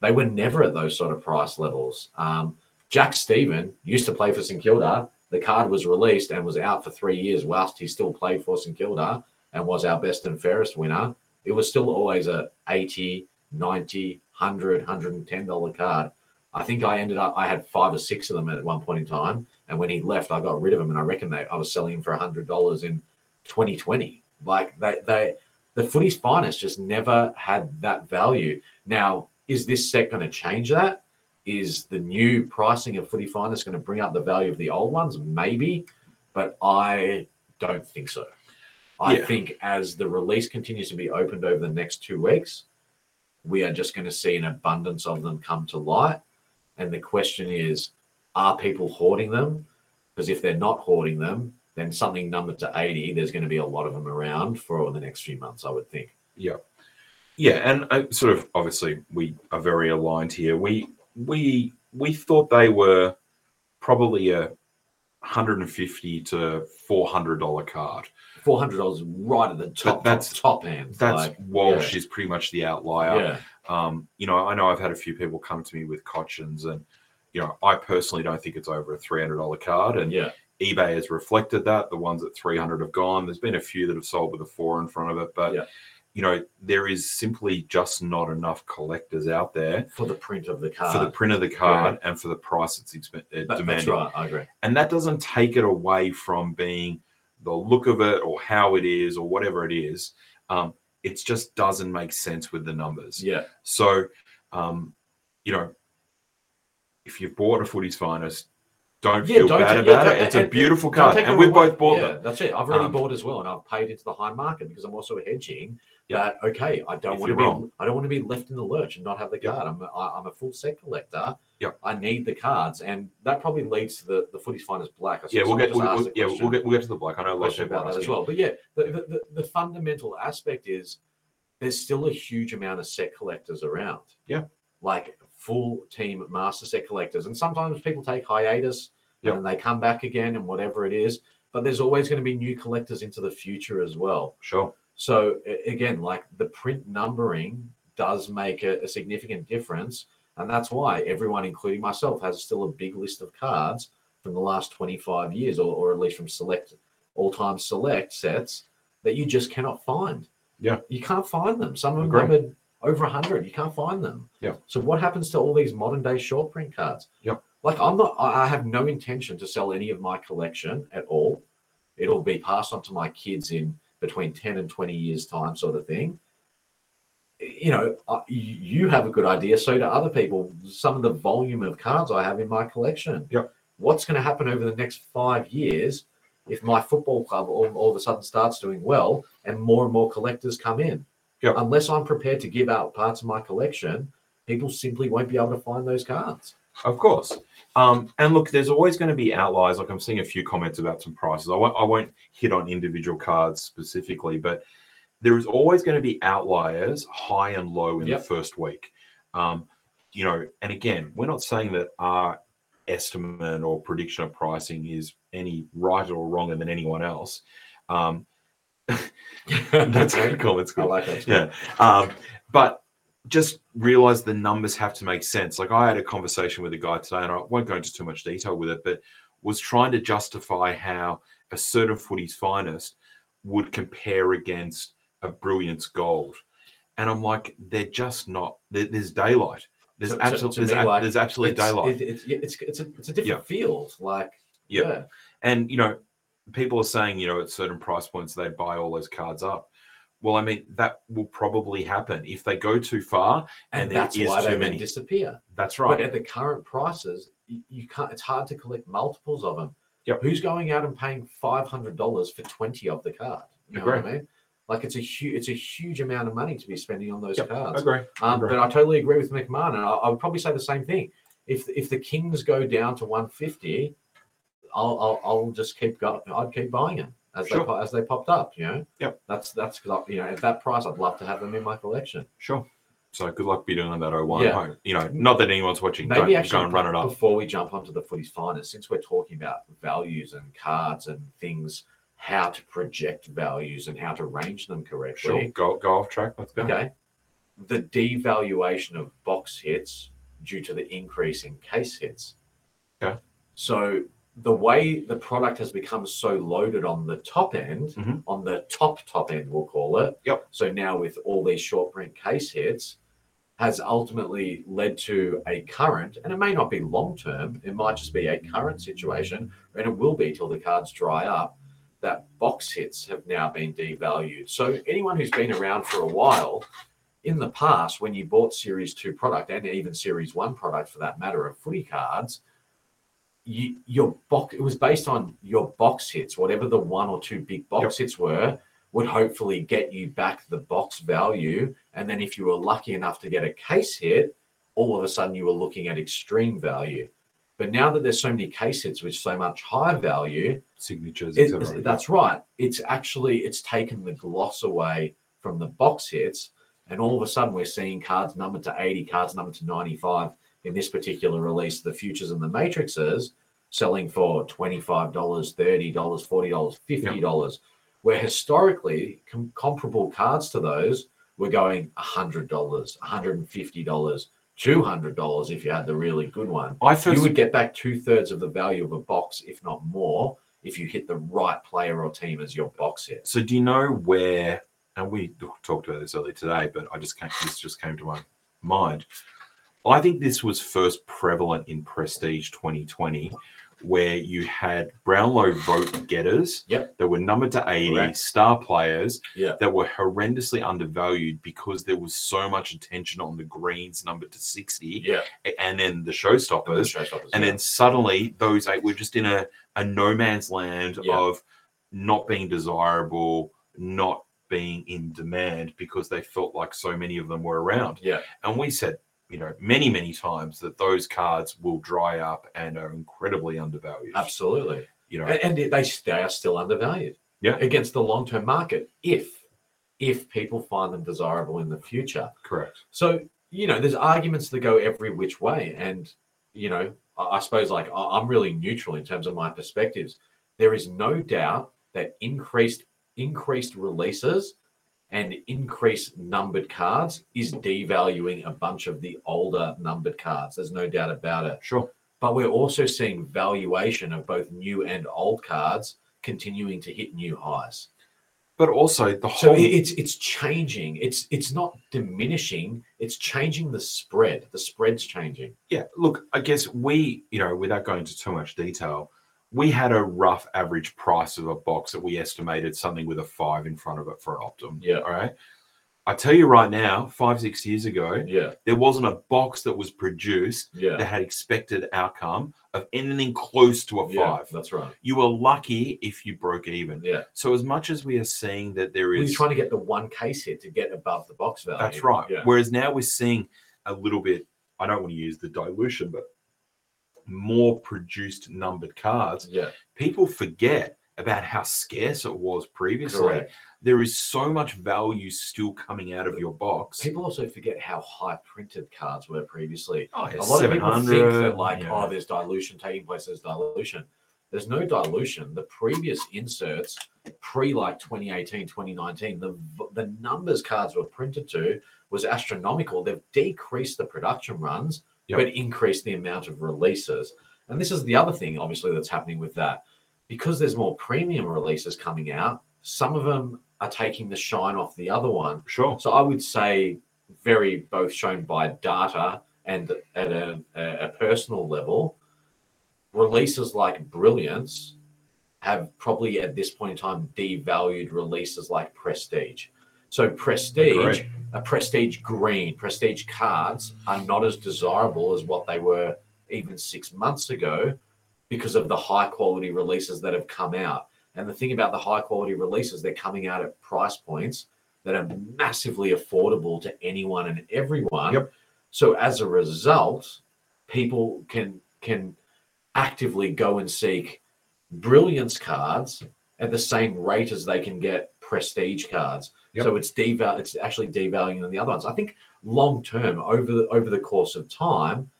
B: they were never at those sort of price levels. Um, Jack Stephen used to play for St Kilda. The card was released and was out for three years, whilst he still played for St Kilda and was our best and fairest winner. It was still always a 80, 90, 100, 110 dollar card. I think I ended up I had five or six of them at one point in time, and when he left, I got rid of them, and I reckon they I was selling them for hundred dollars in 2020. Like they they the footy's finest just never had that value. Now, is this set going to change that? Is the new pricing of footy finest going to bring up the value of the old ones? Maybe, but I don't think so. I
A: Yeah.
B: think as the release continues to be opened over the next two weeks, we are just going to see an abundance of them come to light. And the question is, are people hoarding them? Because if they're not hoarding them, then something numbered to 80, there's going to be a lot of them around for the next few months, I would think.
A: Yeah, and I, sort of obviously we are very aligned here. We we we thought they were probably a 150 to 400 dollar card.
B: $400 right at the top,
A: that's-
B: top, top end.
A: That's
B: like,
A: Walsh is pretty much the outlier.
B: yeah.
A: Um, you know, I know I've had a few people come to me with Cotchins, and you know, I personally don't think it's over a three hundred dollar card, and
B: Yeah.
A: eBay has reflected that. The ones at three hundred have gone. There's been a few that have sold with a four in front of it, but
B: Yeah.
A: you know, there is simply just not enough collectors out there
B: For the print of the card.
A: for the print of the card and for the price it's exp- uh,
B: Ah. That- that's
A: demanding.
B: right. I agree.
A: And that doesn't take it away from being the look of it or how it is or whatever it is. Um, it just doesn't make sense with the numbers.
B: Yeah.
A: So, um, you know, if you've bought a footy's finest, don't
B: Yeah,
A: feel
B: don't
A: bad
B: ta- yeah,
A: about
B: don't-
A: it. It's a
B: and-
A: beautiful
B: Don't
A: card,
B: take
A: and
B: it
A: we've
B: away.
A: both bought
B: yeah,
A: them.
B: That's it. I've already
A: Um,
B: bought as well, and I've paid into the high market because I'm also hedging.
A: Yeah.
B: That okay, I don't
A: If
B: want to
A: you're
B: be.
A: wrong.
B: I don't want to be left in the lurch and not have the
A: Yeah.
B: card. I'm a, I, I'm a full set collector.
A: Yeah.
B: I need the cards, and that probably leads to the the footy's finest black. I saw
A: Yeah, we'll
B: someone
A: get
B: just
A: we'll,
B: asked
A: we'll-
B: the
A: yeah
B: question
A: we'll get we'll get to the black. I know a lot of
B: question
A: people
B: about
A: are
B: that as
A: asking.
B: well. But yeah, the, the, the, the fundamental aspect is there's still a huge amount of set collectors around.
A: Yeah.
B: Like full team master set collectors. And sometimes people take hiatus
A: Yeah.
B: and they come back again and whatever it is. But there's always going to be new collectors into the future as well.
A: Sure.
B: So a- again, like the print numbering does make a, a significant difference, and that's why everyone, including myself, has still a big list of cards from the last 25 years, or, or at least from select all-time select sets that you just cannot find.
A: Yeah.
B: you can't find them. Some of them
A: Agree.
B: numbered over 100. You can't find them.
A: Yeah.
B: So what happens to all these modern-day short print cards?
A: Yep.
B: Like I'm not. I I have no intention to sell any of my collection at all. It'll be passed on to my kids in between 10 and 20 years time sort of thing you know I- you have a good idea so do other people some of the volume of cards i have in my collection
A: Yep.
B: what's going to happen over the next five years if my football club all, all of a sudden starts doing well and more and more collectors come in
A: Yep.
B: unless i'm prepared to give out parts of my collection people simply won't be able to find those cards
A: Of course. Um, and look, there's always going to be outliers. Like I'm seeing a few comments about some prices. I won't, I won't hit on individual cards specifically, but there is always going to be outliers, high and low in
B: Yep.
A: the first week. Um, you know, and again, we're not saying that our estimate or prediction of pricing is any right or wronger than anyone else. Um, that's a good comment.
B: i like that
A: Yeah. Um, but just realize the numbers have to make sense. Like I had a conversation with a guy today, and I won't go into too much detail with it, but was trying to justify how a certain footy's finest would compare against a brilliance gold. And I'm like, they're just not. There, there's daylight. There's
B: To- to-
A: absolutely
B: to
A: there's,
B: me,
A: ab-
B: like,
A: there's absolutely
B: it's,
A: daylight.
B: it, it's, yeah, it's, it's, a, it's a
A: Yeah.
B: different field like
A: Yeah.
B: yeah.
A: and you know people are saying you know at certain price points they buy all those cards up well i mean that will probably happen if they go too far and,
B: and,
A: there
B: that's
A: is
B: why
A: too
B: they then
A: many
B: disappear.
A: that's
B: But
A: right
B: at the current prices, you, you can't. It's hard to collect multiples of them.
A: Yep.
B: Who's going out and paying five hundred dollars for twenty of the card? You know what I
A: Agree.
B: mean? Like it's a huge it's a huge amount of money to be spending on those
A: Yep,
B: cards.
A: Agree.
B: Um,
A: Agree.
B: but I totally agree with McMahon, and I, I would probably say the same thing. If if the Kings go down to 150, I'll I'll, I'll just keep go, I'd keep buying them as they
A: Sure.
B: po- as they popped up. You know.
A: Yep.
B: That's that's 'cause I- you know at that price, I'd love to have them in my collection.
A: Sure. So good luck be doing that 01.
B: Yeah.
A: home. You know, not that anyone's watching.
B: Maybe
A: Don't
B: actually
A: go and run it up.
B: before we jump onto the footy's finest, since we're talking about values and cards and things, how to project values and how to range them correctly.
A: Sure. Go, go off track. Let's go.
B: Okay. The devaluation of box hits due to the increase in case hits.
A: Okay.
B: So the way the product has become so loaded on the top end,
A: Mhm.
B: on the top top end, we'll call it.
A: Yep.
B: So now with all these short print case hits, has ultimately led to a current, and it may not be long term. It might just be a current situation, and it will be till the cards dry up that box hits have now been devalued. So anyone who's been around for a while, in the past, when you bought Series Two product and even Series One product for that matter of footy cards, you, your box it was based on your box hits, whatever the one or two big box hits were, would hopefully get you back the box value. And then if you were lucky enough to get a case hit, all of a sudden you were looking at extreme value. But now that there's so many case hits with so much high value,
A: Signatures.
B: it-
A: etc.
B: that's right. It's actually it's taken the gloss away from the box hits, and all of a sudden we're seeing cards numbered to eighty, cards numbered to ninety-five in this particular release. The futures and the matrixes selling for twenty-five dollars, thirty dollars, forty dollars, fifty dollars, where historically com- comparable cards to those were going hundred dollars, one hundred and fifty dollars, two hundred dollars if you had the really good one
A: I first.
B: you would get back two thirds of the value of a box, if not more, if you hit the right player or team as your box hit.
A: so do you know where? And we talked about this earlier today, but I just came. This just came to my mind. I think this was first prevalent in Prestige 2020, where you had Brownlow vote getters
B: Yep.
A: that were numbered to 80,
B: Correct.
A: star players
B: Yeah.
A: that were horrendously undervalued because there was so much attention on the greens numbered to 60
B: Yeah.
A: and then the showstoppers.
B: Showstoppers,
A: and
B: yeah.
A: then suddenly those eight were just in a, a no man's land
B: Yeah.
A: of not being desirable, not being in demand because they felt like so many of them were around.
B: Yeah.
A: And we said, you know, many, many times that those cards will dry up and are incredibly undervalued.
B: Absolutely.
A: You know,
B: And, and they, they are still undervalued.
A: Yeah.
B: Against the long term market, if if people find them desirable in the future.
A: correct.
B: So, you know, there's arguments that go every which way. And, you know, I, I suppose like I- I'm really neutral in terms of my perspectives. There is no doubt that increased increased releases and increased numbered cards is devaluing a bunch of the older numbered cards. There's no doubt about it.
A: Sure.
B: But we're also seeing valuation of both new and old cards continuing to hit new highs.
A: But also the
B: So
A: whole
B: it- it's it's changing. It's it's not diminishing. It's changing the spread. The spread's changing.
A: Yeah, look, I guess we, you know, without going into too much detail, we had a rough average price of a box that we estimated something with a five in front of it for an Optum.
B: Yeah.
A: All right. I tell you right now, five, six years ago,
B: Yeah,
A: there wasn't a box that was produced that
B: yeah,
A: had expected outcome of anything close to a five.
B: That's right.
A: You were lucky if you broke even.
B: Yeah,
A: So as much as we are seeing that there
B: we're
A: is
B: trying to get the one case hit to get above the box value.
A: that's right.
B: Yeah,
A: Whereas now we're seeing a little bit, I don't want to use the dilution, but more produced numbered cards.
B: yeah,
A: People forget about how scarce it was previously.
B: correct.
A: There is so much value still coming out of your box.
B: People also forget how high printed cards were previously.
A: Oh, yeah,
B: A lot of people think
A: 700,
B: that like,
A: yeah.
B: oh, there's dilution taking place. There's dilution. There's no dilution. The previous inserts, pre like 2018, 2019, the v- the numbers cards were printed to was astronomical. They've decreased the production runs,
A: Yep.
B: but increased the amount of releases. And this is the other thing, obviously, that's happening with that. Because there's more premium releases coming out, some of them are taking the shine off the other one.
A: sure.
B: So I would say very both shown by data and at a, a, a personal level, releases like Brilliance have probably at this point in time devalued releases like Prestige. So Prestige,
A: Agree.
B: a Prestige Green, Prestige cards are not as desirable as what they were even six months ago because of the high quality releases that have come out. And the thing about the high quality releases, they're coming out at price points that are massively affordable to anyone and everyone.
A: Yep.
B: So as a result, people can can actively go and seek brilliance cards at the same rate as they can get prestige cards.
A: Yep.
B: So it's deval it's actually devaluing the other ones. I think long term over the, over the course of time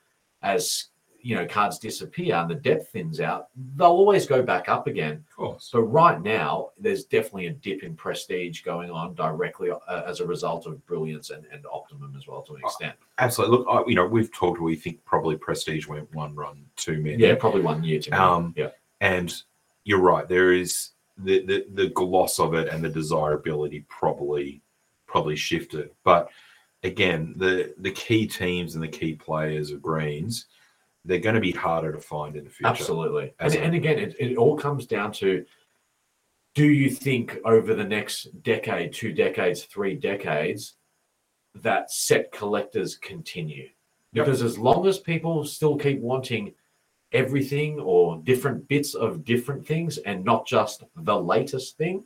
B: as you know cards disappear and the depth thins out, they'll always go back up again.
A: Of course.
B: So right now, there's definitely a dip in prestige going on directly uh, as a result of brilliance and, and optimum as well to an
A: Oh,
B: extent.
A: Absolutely. Look, I, you know, we've talked, we think probably Prestige went one run too many.
B: Yeah, probably one year to me.
A: Um,
B: yeah,
A: And you're right. There is the, the, the gloss of it and the desirability probably probably shifted. But again, the, the key teams and the key players of Greens, they're going to be harder to find in the future.
B: absolutely. And,
A: As a-
B: and again, it, it all comes down to do you think over the next decade, two decades, three decades, that set collectors continue?
A: Yep.
B: Because as long as people still keep wanting everything or different bits of different things and not just the latest thing,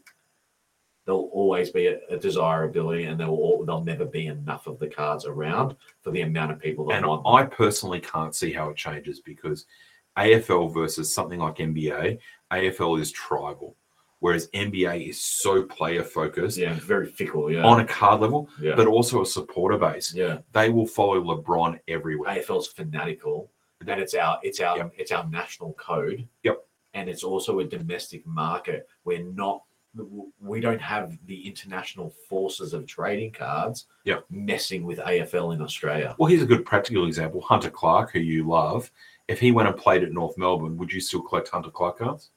B: there'll always be a, a desirability and there will all, there'll never be enough of the cards around for the amount of people that
A: And
B: want
A: I personally can't see how it changes because AFL versus something like NBA, AFL is tribal, whereas NBA is so player focused
B: them. Yeah, it's very fickle. Yeah.
A: on a card level,
B: yeah.
A: but also a supporter base.
B: yeah.
A: They will follow LeBron everywhere.
B: AFL's fanatical. That it's our it's our
A: Yep.
B: it's our national code.
A: Yep.
B: And it's also a domestic market. We're not we don't have the international forces of trading cards
A: Yep.
B: messing with AFL in Australia.
A: Well, here's a good practical example Hunter Clark, who you love. If he went and played at North Melbourne, would you still collect Hunter Clark cards?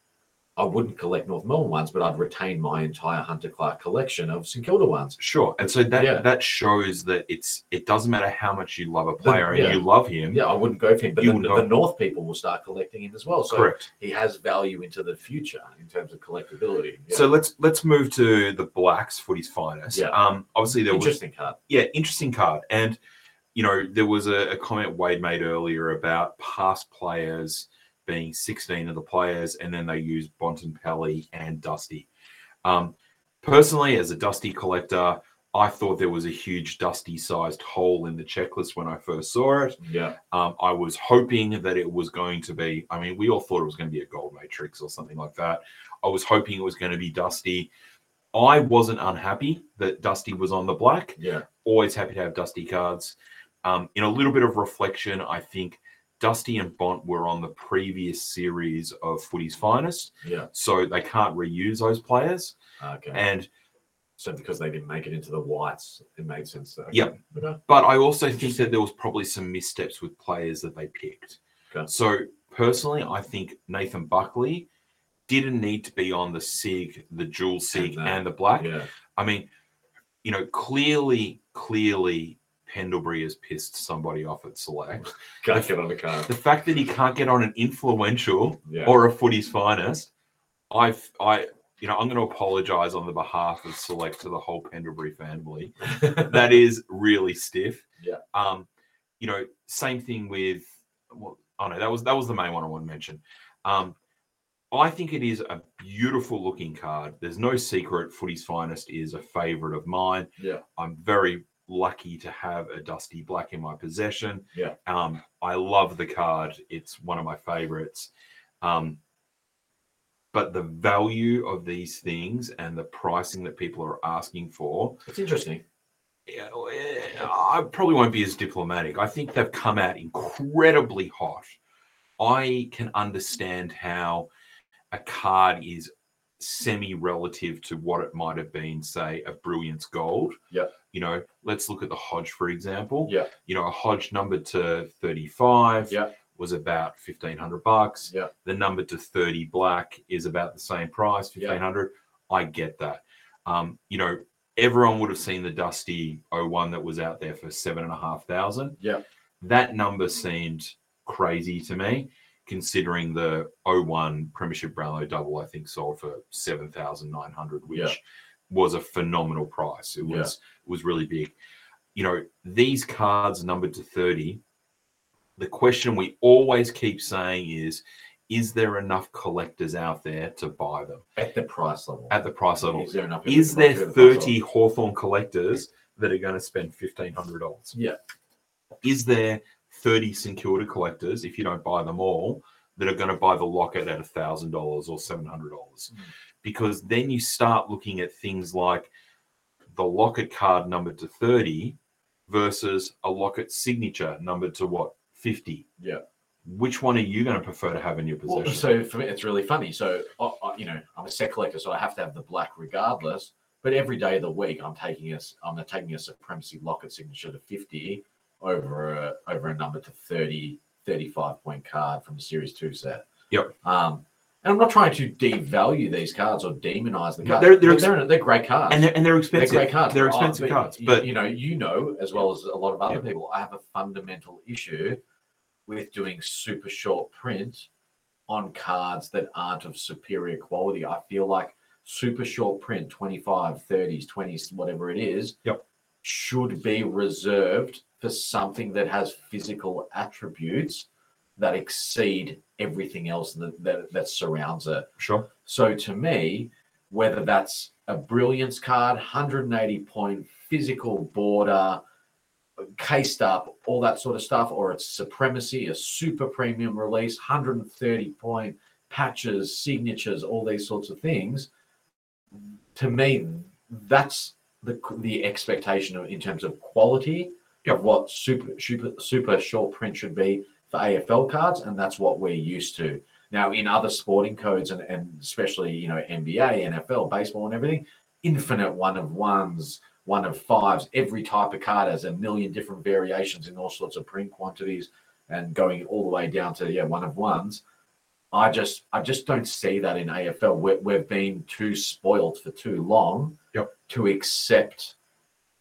B: I wouldn't collect North Melbourne ones, but I'd retain my entire Hunter Clark collection of St Kilda ones.
A: Sure. And so that
B: Yeah.
A: that shows that it's it doesn't matter how much you love a player
B: yeah.
A: and you love him.
B: Yeah, I wouldn't go for him, but
A: You
B: the,
A: wouldn't
B: the
A: go-
B: North people will start collecting him as well. So
A: Correct.
B: he has value into the future in terms of collectability. Yeah.
A: So let's let's move to the Blacks footy's finest.
B: Yeah.
A: Um, obviously there was
B: interesting card.
A: yeah, interesting card. And you know, there was a, a comment Wade made earlier about past players being 16 of the players, and then they use Bontempelli and Dusty. Um, personally, as a Dusty collector, I thought there was a huge Dusty-sized hole in the checklist when I first saw it.
B: Yeah.
A: Um, I was hoping that it was going to be, I mean, we all thought it was going to be a gold matrix or something like that. I was hoping it was going to be Dusty. I wasn't unhappy that Dusty was on the black.
B: Yeah.
A: Always happy to have Dusty cards. Um, in a little bit of reflection, I think Dusty and Bont were on the previous series of Footy's Finest,
B: Yeah.
A: so they can't reuse those players.
B: Okay.
A: And
B: So because they didn't make it into the whites, it made sense. Though.
A: Yep.
B: Okay.
A: but I also think that there was probably some missteps with players that they picked.
B: Okay.
A: So personally, I think Nathan Buckley didn't need to be on the SIG, the dual SIG,
B: that,
A: and, the black.
B: Yeah.
A: I mean, you know, clearly, clearly, Pendlebury has pissed somebody off at select.
B: Can't get on the card.
A: The fact that he can't get on an influential
B: Yeah.
A: or a footy's finest, I, I, you know, I'm going to apologise on the behalf of select to the whole Pendlebury family that is really stiff.
B: Yeah.
A: Um, you know, same thing with well, oh no, that was that was the main one I want to mention. Um, I think it is a beautiful looking card. There's no secret. Footy's finest is a favorite of mine.
B: yeah.
A: I'm very lucky to have a dusty black in my possession.
B: Yeah.
A: Um, I love the card. It's one of my favorites. Um, but the value of these things and the pricing that people are asking for,
B: It's interesting.
A: yeah, well, eh, I probably won't be as diplomatic. I think they've come out incredibly hot. I can understand how a card is semi relative to what it might have been, say, a Brilliance Gold.
B: Yeah.
A: You know, let's look at the Hodge, for example.
B: Yeah.
A: You know, a Hodge number to 35
B: Yeah.
A: was about 1500 bucks.
B: Yeah.
A: The number to 30 black is about the same price,
B: Yeah.
A: 1500. I get that. Um, you know, everyone would have seen the dusty 01 that was out there for seven and a half thousand.
B: Yeah.
A: That number seemed crazy to me, considering the 01 Premiership Brownlow double, I think, sold for 7,900, which
B: Yeah.
A: was a phenomenal price. It
B: Yeah.
A: was was really big. You know, these cards numbered to 30. The question we always keep saying is is there enough collectors out there to buy them
B: at the price level.
A: at the price level?
B: is there enough? people
A: Is
B: to buy
A: there
B: through the price
A: 30 Hawthorn collectors that are going to spend $1,500?
B: Yeah.
A: Is there 30 St Kilda collectors, if you don't buy them all, that are going to buy the locket at $1,000 or $700?
B: Hmm.
A: Because then you start looking at things like the locket card numbered to 30 versus a locket signature numbered to what, 50?
B: Yeah.
A: Which one are you going to prefer to have in your
B: Well,
A: possession?
B: so for me, it's really funny. So, I, I, you know, I'm a set collector, so I have to have the black regardless. But every day of the week, I'm taking a, s- I'm taking a supremacy locket signature to 50 over a, over a number to 30, 35 point card from a series two set.
A: Yep.
B: Um, and I'm not trying to devalue these cards or demonize the
A: No,
B: cards.
A: they're- they're
B: they're,
A: ex-
B: they're, great cards.
A: and they're, and they're
B: They're
A: expensive.
B: great cards.
A: They're
B: Oh,
A: expensive
B: but
A: cards,
B: you-
A: but
B: you know, you know as well as a lot of other
A: Yeah.
B: people, I have a fundamental issue with doing super short print on cards that aren't of superior quality. I feel like super short print 25, 30s, 20s, whatever it is,
A: Yep.
B: should be reserved for something that has physical attributes that exceed everything else that, that, that surrounds it.
A: sure.
B: So to me, whether that's a brilliance card, 180 point physical border, cased up, all that sort of stuff, or it's supremacy, a super premium release, 130 point patches, signatures, all these sorts of things. To me, that's the the expectation of, in terms of quality of what super super super short print should be for AFL cards, and that's what we're used to. Now, in other sporting codes, and, and especially you know NBA, NFL, baseball, and everything, infinite one of ones, one of fives. Every type of card has a million different variations in all sorts of print quantities, and going all the way down to yeah one of ones. I just I just don't see that in AFL. We're, we've been too spoiled for too long
A: Yep.
B: to accept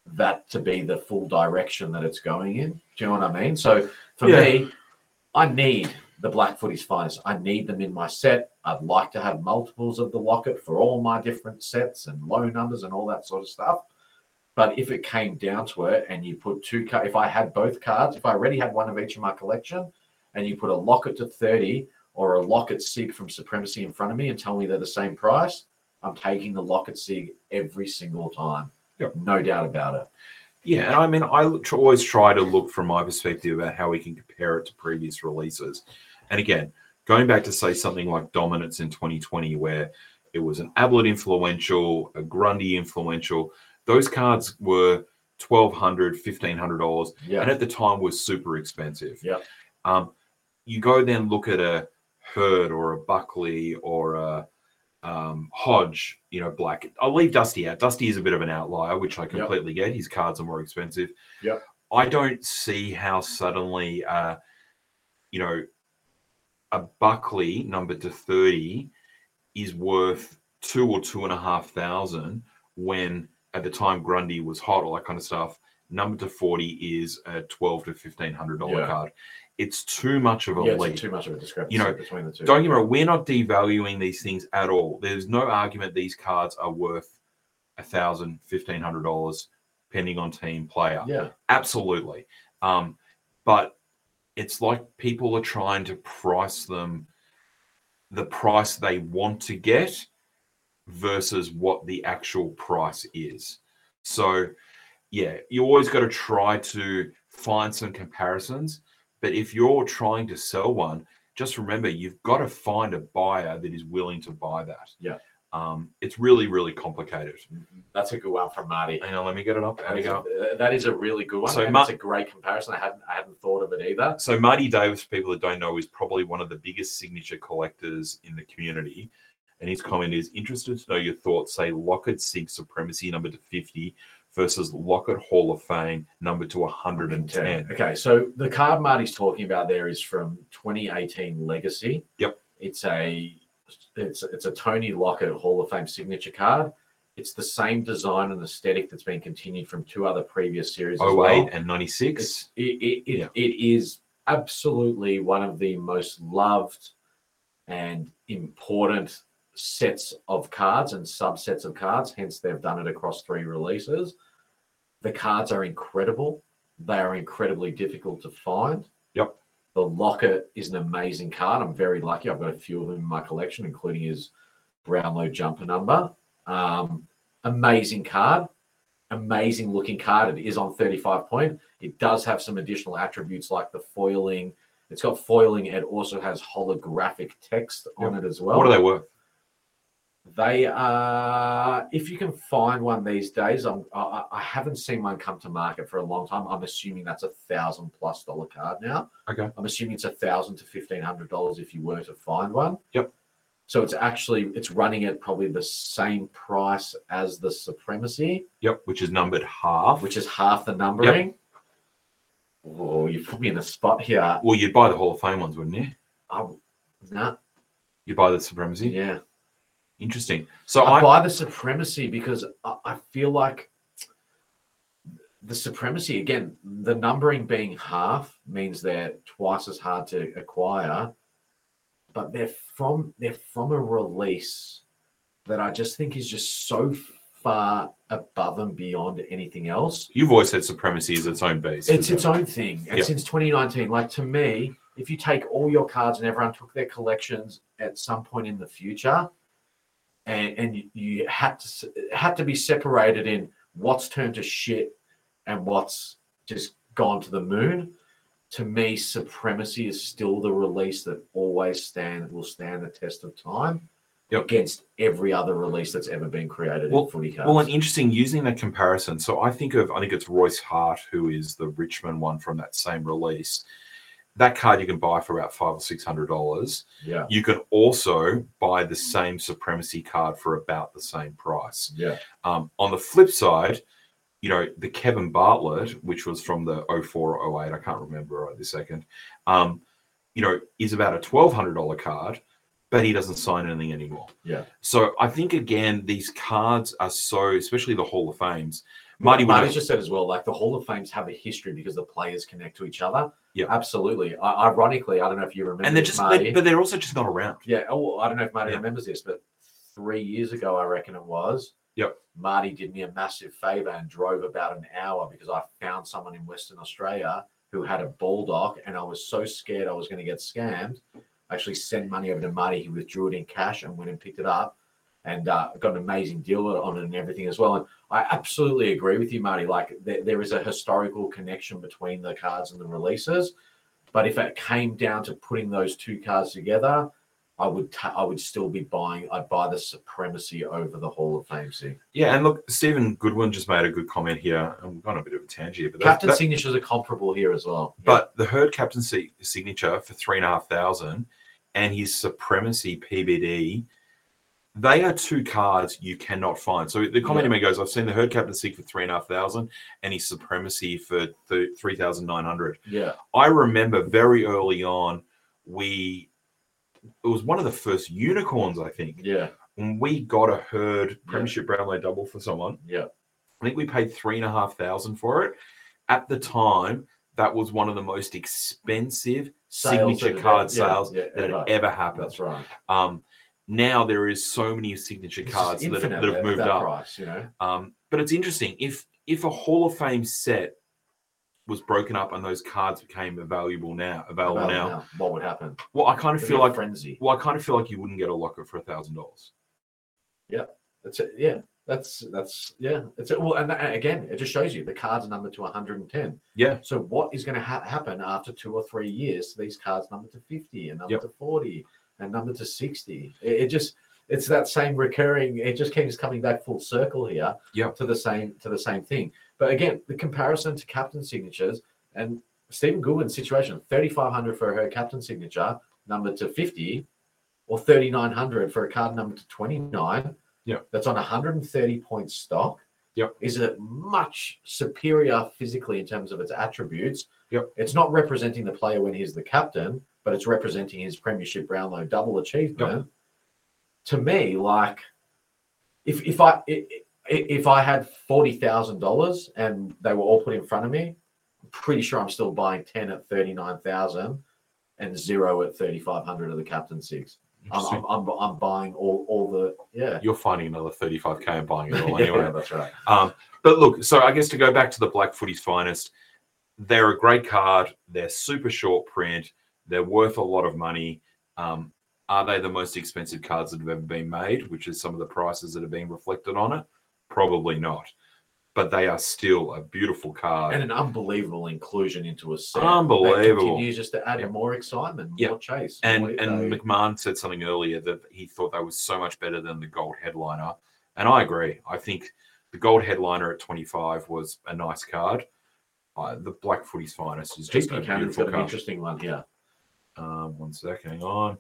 B: that to be the full direction that it's going in. Do you know what I mean? So for
A: Yeah.
B: me, I need the black footy's finest. I need them in my set. I'd like to have multiples of the locket for all my different sets and low numbers and all that sort of stuff. But if it came down to it and you put two cards, if I had both cards, if I already had one of each in my collection and you put a locket to 30 or a locket sig from Supremacy in front of me and tell me they're the same price, I'm taking the locket sig every single time.
A: Yep.
B: No doubt about it.
A: Yeah, and I mean, I l- tr- always try to look from my perspective at how we can compare it to previous releases. And again, going back to say something like Dominance in 2020, where it was an Ablett influential, a Grundy influential, those cards were $1,200, $1,500
B: Yeah.
A: and at the time was super expensive.
B: Yep.
A: Um, you go then look at a Hurd or a Buckley or a um, Hodge, you know, black. I'll leave Dusty out. Dusty is a bit of an outlier, which I completely get. His cards are more expensive.
B: Yep.
A: I don't see how suddenly, uh, you know, a Buckley number to 30 is worth two or two and a half thousand when at the time Grundy was hot, all that kind of stuff. Number to 40 is a 12 to 1500 dollar
B: Yeah.
A: card. It's too much of a
B: yeah,
A: leap.
B: it's too much of a discrepancy
A: You know,
B: between the 2
A: Don't get me wrong, we're not devaluing these things at all. There's no argument these cards are worth a thousand, fifteen hundred dollars, depending on team player.
B: yeah.
A: Absolutely. Um, but it's like people are trying to price them the price they want to get versus what the actual price is. So, yeah, you always got to try to find some comparisons. But if you're trying to sell one, just remember you've got to find a buyer that is willing to buy that.
B: Yeah.
A: Um, it's really, really complicated.
B: That's a good one from Marty.
A: Hang on, let me get it up. There
B: That
A: we
B: is,
A: go.
B: a, that is a really good one.
A: So
B: and
A: Ma-
B: it's a great comparison. I hadn't I hadn't thought of it either.
A: So Marty Davis, for people that don't know, is probably one of the biggest signature collectors in the community. And his comment is interested to know your thoughts. Say Lockett Sig Supremacy number to 50 versus Lockett Hall of Fame number to 110.
B: Okay, so the card Marty's talking about there is from 2018 Legacy.
A: Yep.
B: It's a it's it's a Tony Lockett Hall of Fame signature card. It's the same design and aesthetic that's been continued from two other previous series. as
A: 08
B: well.
A: and 96.
B: It's, it, it, it,
A: Yeah.
B: it is absolutely one of the most loved and important sets of cards and subsets of cards. Hence, they've done it across three releases. The cards are incredible. They are incredibly difficult to find.
A: Yep.
B: The Locker is an amazing card. I'm very lucky. I've got a few of them in my collection, including his Brownlow jumper number. Um, amazing card. Amazing looking card. It is on 35 point. It does have some additional attributes like the foiling. It's got foiling. It also has holographic text on it as well.
A: What are they worth?
B: They are, if you can find one these days, I'm, I, I haven't seen one come to market for a long time. I'm assuming that's a thousand plus dollar card now.
A: Okay.
B: I'm assuming it's a thousand to fifteen hundred dollars if you were to find one.
A: Yep.
B: So it's actually it's running at probably the same price as the supremacy,
A: Yep, which is numbered half.
B: which is half the numbering. Oh, you put me in a spot here.
A: well, you'd buy the Hall of Fame ones, wouldn't you?
B: I'm nah,
A: You buy the Supremacy.
B: yeah.
A: Interesting. So
B: I
A: I,
B: buy the supremacy because I, I feel like the supremacy again, the numbering being half means they're twice as hard to acquire, but they're from they're from a release that I just think is just so far above and beyond anything else
A: you've always said Supremacy is its own beast.
B: it's
A: isn't
B: its
A: it?
B: own thing. And
A: Yeah.
B: since 2019, like to me, if you take all your cards and everyone took their collections at some point in the future, and, and you, you had to s- had to be separated in what's turned to shit and what's just gone to the moon. To me, Supremacy is still the release that always stand will stand the test of time
A: Yep.
B: against every other release that's ever been created in footy cards.
A: Well, and interesting using that comparison. So I think of, I think it's Royce Hart, who is the Richmond one from that same release. That card you can buy for about five or six hundred dollars.
B: yeah,
A: You can also buy the same Supremacy card for about the same price.
B: yeah,
A: Um, on the flip side, you know, the Kevin Bartlett, which was from the 04 or 08, I can't remember right this second, um, you know, is about a $1,200 card, but he doesn't sign anything anymore.
B: Yeah.
A: So I think, again, these cards are so, especially the Hall of Fames. Marty, would
B: Marty's just said as well, like the Hall of Fames have a history because the players connect to each other.
A: Yeah.
B: absolutely. I, ironically, I don't know if you remember,
A: and they're
B: this,
A: just,
B: Marty.
A: they, but they're also just not around.
B: yeah. Oh, I don't know if Marty
A: Yeah.
B: remembers this, but three years ago, I reckon it was.
A: Yep.
B: Marty did me a massive favor and drove about an hour because I found someone in Western Australia who had a bulldog, and I was so scared I was going to get scammed. I actually sent money over to Marty. He withdrew it in cash and went and picked it up, and uh, got an amazing deal on it and everything as well. And I absolutely agree with you, Marty. Like there, there is a historical connection between the cards and the releases, but if it came down to putting those two cards together, I would ta- I would still be buying. I'd buy the supremacy over the Hall of Fame. See,
A: Yeah. And look, Stephen Goodwin just made a good comment here. And we've gone a bit of a tangent here, but that,
B: captain
A: that,
B: signatures are comparable here as well.
A: But the herd captain si- signature for three and a half thousand and his supremacy PBD, they are two cards you cannot find. So the comment
B: Yeah.
A: in me goes, I've seen the herd captain sig for three and a half thousand and his supremacy for th- 3,900.
B: yeah,
A: I remember very early on, we, it was one of the first unicorns, I think,
B: yeah,
A: when we got a herd premiership Brownlow double for someone.
B: yeah,
A: I think we paid three and a half thousand for it. At the time, that was one of the most expensive
B: Sales
A: signature
B: that-
A: card
B: yeah,
A: sales
B: yeah,
A: that
B: ever.
A: had ever happened.
B: That's right.
A: Um, now there is so many signature
B: It's just
A: cards that, have-
B: infinite
A: that have
B: at
A: moved
B: that
A: up.
B: Price, you know.
A: Um, but it's interesting if if a Hall of Fame set was broken up and those cards became available now, available
B: Well,
A: now.
B: now, what would happen?
A: Well, I kind of
B: It'd
A: feel
B: be a
A: like
B: frenzy.
A: well, I kind of feel like you wouldn't get a locker for a thousand dollars.
B: That's it. Yeah. That's that's yeah. It's well, and that- again, it just shows you the cards are numbered to 110.
A: Yeah.
B: So what is going to ha- happen after two or three years? These cards numbered to 50 and numbered
A: Yep.
B: to 40 and numbered to 60. It, it just it's that same recurring. It just keeps coming back full circle here.
A: Yep.
B: To the same to the same thing. But again, the comparison to captain signatures and Stephen Goodwin's situation: 3,500 for her captain signature, numbered to 50, or 3,900 for a card numbered to 29 that's on 130 point stock
A: Yep.
B: is a much superior physically in terms of its attributes.
A: Yep.
B: It's not representing the player when he's the captain, but it's representing his premiership Brownlow double achievement. To me, like if if I i- i- if I had forty thousand dollars and they were all put in front of me, I'm pretty sure I'm still buying ten at thirty nine thousand and zero at thirty five hundred of the captain six. I'm,
A: Interesting.
B: I'm, I'm, I'm buying all, all the yeah
A: You're finding another thirty-five k and buying it all
B: yeah,
A: anyway.
B: that's right.
A: Um, but look, so I guess to go back to the Black Footy's finest, they're a great card. They're super short print. They're worth a lot of money. Um, are they the most expensive cards that have ever been made, which is some of the prices that are being reflected on it? Probably not. But they are still a beautiful card.
B: and an unbelievable inclusion into a set.
A: Unbelievable.
B: That continues just to add
A: Yep.
B: more excitement,
A: Yep.
B: more chase.
A: And
B: more
A: and
B: value.
A: McMahon said something earlier that he thought they was so much better than the gold headliner, and I agree. I think the gold headliner at twenty five was a nice card. Uh, the black footy's finest is just a
B: GP Cannon's
A: beautiful
B: got an
A: card.
B: interesting one here.
A: Um, one second, hang on.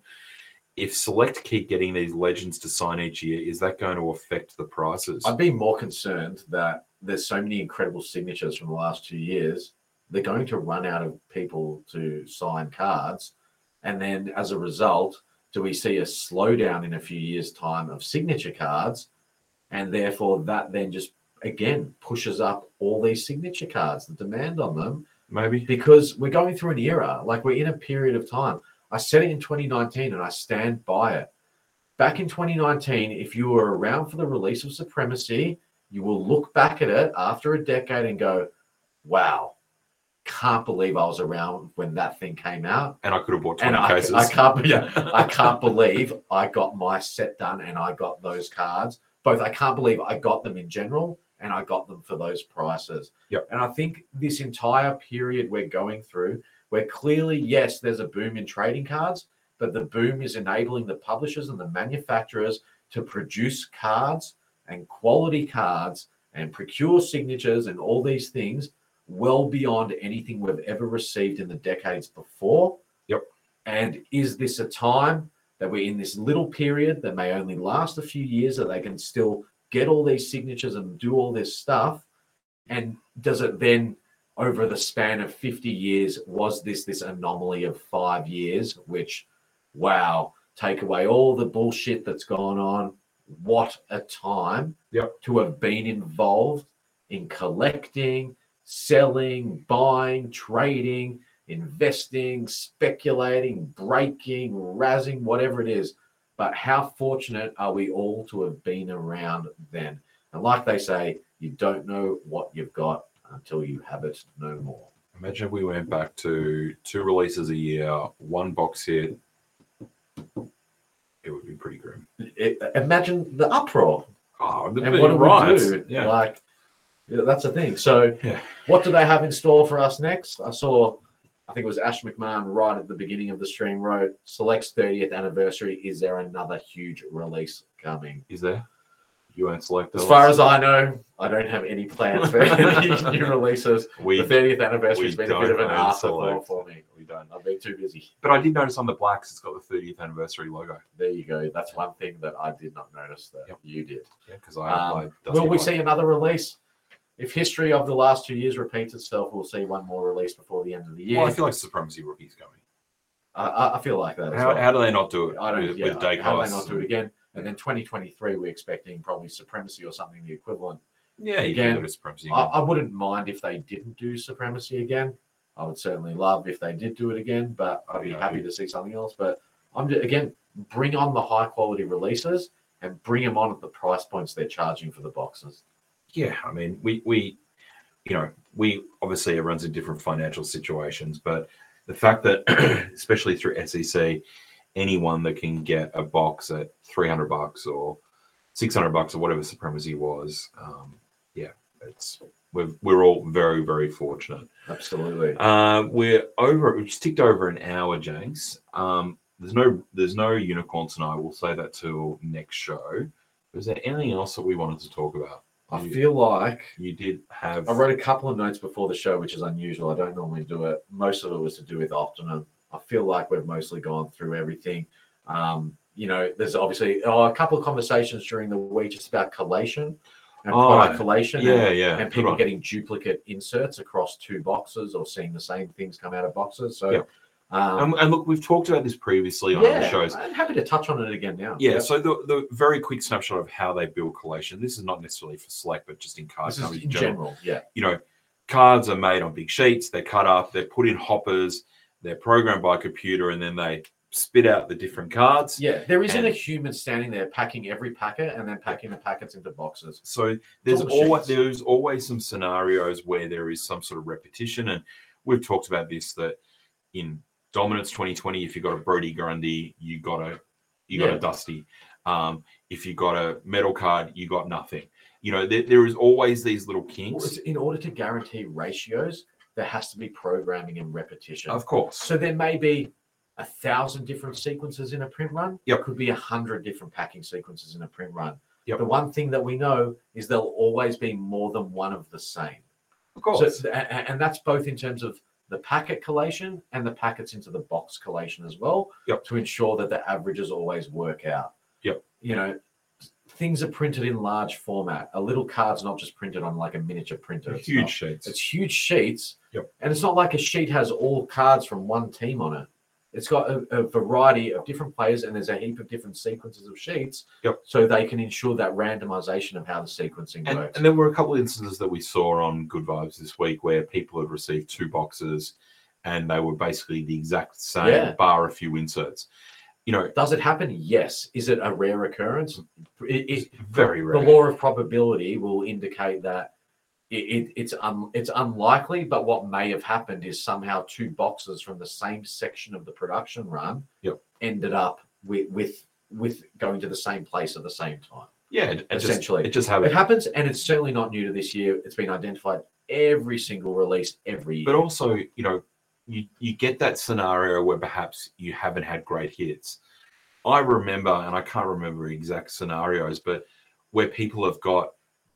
A: If Select keep getting these legends to sign each year, is that going to affect the prices?
B: I'd be more concerned that there's so many incredible signatures from the last two years. They're going to run out of people to sign cards. And then as a result, do we see a slowdown in a few years' time of signature cards? And therefore, that then just again pushes up all these signature cards, the demand on them.
A: Maybe.
B: because we're going through an era like we're in a period of time i said it in 2019 and i stand by it back in 2019 if you were around for the release of supremacy you will look back at it after a decade and go wow can't believe i was around when that thing came out
A: And I could have bought
B: and
A: twenty
B: I,
A: cases.
B: I can't yeah, i can't believe i got my set done and i got those cards both i can't believe i got them in general and i got them for those prices and I think this entire period we're going through, where clearly, yes, there's a boom in trading cards, but the boom is enabling the publishers and the manufacturers to produce cards and quality cards and procure signatures and all these things well beyond anything we've ever received in the decades before.
A: Yep.
B: And is this a time that we're in this little period that may only last a few years that they can still get all these signatures and do all this stuff? and does it then over the span of 50 years was this this anomaly of five years which wow take away all the bullshit that's gone on what a time
A: Yep.
B: to have been involved in collecting selling buying trading investing speculating breaking razzing whatever it is but how fortunate are we all to have been around then and like they say, you don't know what you've got until you have it no more.
A: Imagine if we went back to two releases a year, one box hit. It would be pretty grim.
B: I- I- imagine the uproar
A: Oh, the
B: and what it would
A: riots.
B: do.
A: Yeah.
B: Like yeah, that's the thing. So,
A: Yeah.
B: what do they have in store for us next? I saw, I think it was Ash McMahon right at the beginning of the stream wrote, "Select's 30th anniversary. Is there another huge release coming?"
A: Is there? You won't select
B: As
A: those.
B: far as I know, I don't have any plans for any new releases.
A: we,
B: the 30th anniversary has
A: we
B: been a bit of
A: don't
B: an
A: own
B: afterthought
A: Select.
B: for me.
A: we don't.
B: I've been too busy.
A: But I did notice on the blacks, it's got the 30th anniversary logo.
B: There you go. That's one thing that I did not notice that
A: Yep.
B: you did.
A: Yeah, because I have
B: Um,
A: my dusty
B: Will we
A: black.
B: see another release? If history of the last two years repeats itself, we'll see one more release before the end of the year.
A: Well, I feel like Supremacy Rookie's coming.
B: I, I, I feel like that. as
A: How,
B: well.
A: how do they not do it
B: I don't.
A: with,
B: yeah,
A: with day
B: how they
A: costs
B: not do it again? And then 2023, we're expecting probably supremacy or something the equivalent.
A: Yeah, you
B: Again,
A: can go to Supremacy.
B: I, I wouldn't mind if they didn't do supremacy again. I would certainly love if they did do it again, but I'd be
A: Yeah, I
B: happy to see something else. But I'm ju- again, bring on the high quality releases and bring them on at the price points they're charging for the boxes.
A: yeah i mean we we you know we obviously everyone's in different financial situations but the fact that especially through sec anyone that can get a box at 300 bucks or 600 bucks or whatever supremacy was um yeah it's we're, we're all very very fortunate
B: Absolutely.
A: uh, we're over. We've just ticked over an hour, Jenks. Um, there's no, there's no unicorn tonight. We'll say that till next show. Was there anything else that we wanted to talk about?
B: I
A: You-
B: feel like
A: You did have.
B: I wrote a couple of notes before the show, which is unusual. I don't normally do it. Most of it was to do with Optimum. I feel like we've mostly gone through everything. Um, you know, there's obviously oh, a couple of conversations during the week just about collation and
A: Oh,
B: product collation and-
A: yeah, yeah.
B: and
A: good
B: people
A: one.
B: getting duplicate inserts across two boxes or seeing the same things come out of boxes. So,
A: Yeah.
B: um,
A: and, and look, we've talked about this previously on other
B: yeah,
A: shows.
B: I'm happy to touch on it again now.
A: Yeah, so the, the very quick snapshot of how they build collation. This is not necessarily for Slack, but just in card
B: this is
A: companies
B: in general. Yeah,
A: you know, cards are made on big sheets, they're cut up, they're put in hoppers, they're programmed by computer, and then they spit out the different cards.
B: yeah. There isn't
A: And-
B: a human standing there packing every packet and then packing the packets into boxes.
A: So there's
B: all machines.
A: always there's always some scenarios where there is some sort of repetition, and we've talked about this that in Dominance 2020, if you got a Brody Grundy, you got a you got
B: Yeah.
A: a Dusty. Um, if you got a metal card, you got nothing. You know, there, there is always these little
B: Well, it's-
A: kinks.
B: in order to guarantee ratios, there has to be programming and repetition.
A: Of course.
B: So there may be a thousand different sequences in a print run.
A: Yep.
B: Could be a hundred different packing sequences in a print run.
A: Yep.
B: The one thing that we know is there'll always be more than one of the same.
A: Of
B: So, it's- a- a- and that's both in terms of the packet collation and the packets into the box collation as well
A: Yep.
B: to ensure that the averages always work out.
A: Yep.
B: You know, things are printed in large format. A little card's not just printed on like a miniature printer. It's
A: Huge
B: not-
A: sheets.
B: it's huge sheets.
A: Yep.
B: And it's not like a sheet has all cards from one team on it. It's got a, a variety of different players, and there's a heap of different sequences of sheets.
A: Yep.
B: So they can ensure that randomization of how the sequencing
A: And,
B: works.
A: and there were a couple of instances that we saw on Good Vibes this week where people had received two boxes and they were basically the exact same,
B: Yeah.
A: bar a few inserts. You know,
B: Does it happen? Yes. Is it a rare occurrence? It, it,
A: it's very rare.
B: The law of probability will indicate that it, it, it's un, it's unlikely, but what may have happened is somehow two boxes from the same section of the production run
A: Yep.
B: ended up with with with going to the same place at the same time.
A: yeah, it, it
B: essentially.
A: just, it just
B: It
A: happened.
B: happens, and it's certainly not new to this year. It's been identified every single release every year.
A: But also, you know, you, you get that scenario where perhaps you haven't had great hits. I remember, and I can't remember exact scenarios, but where people have got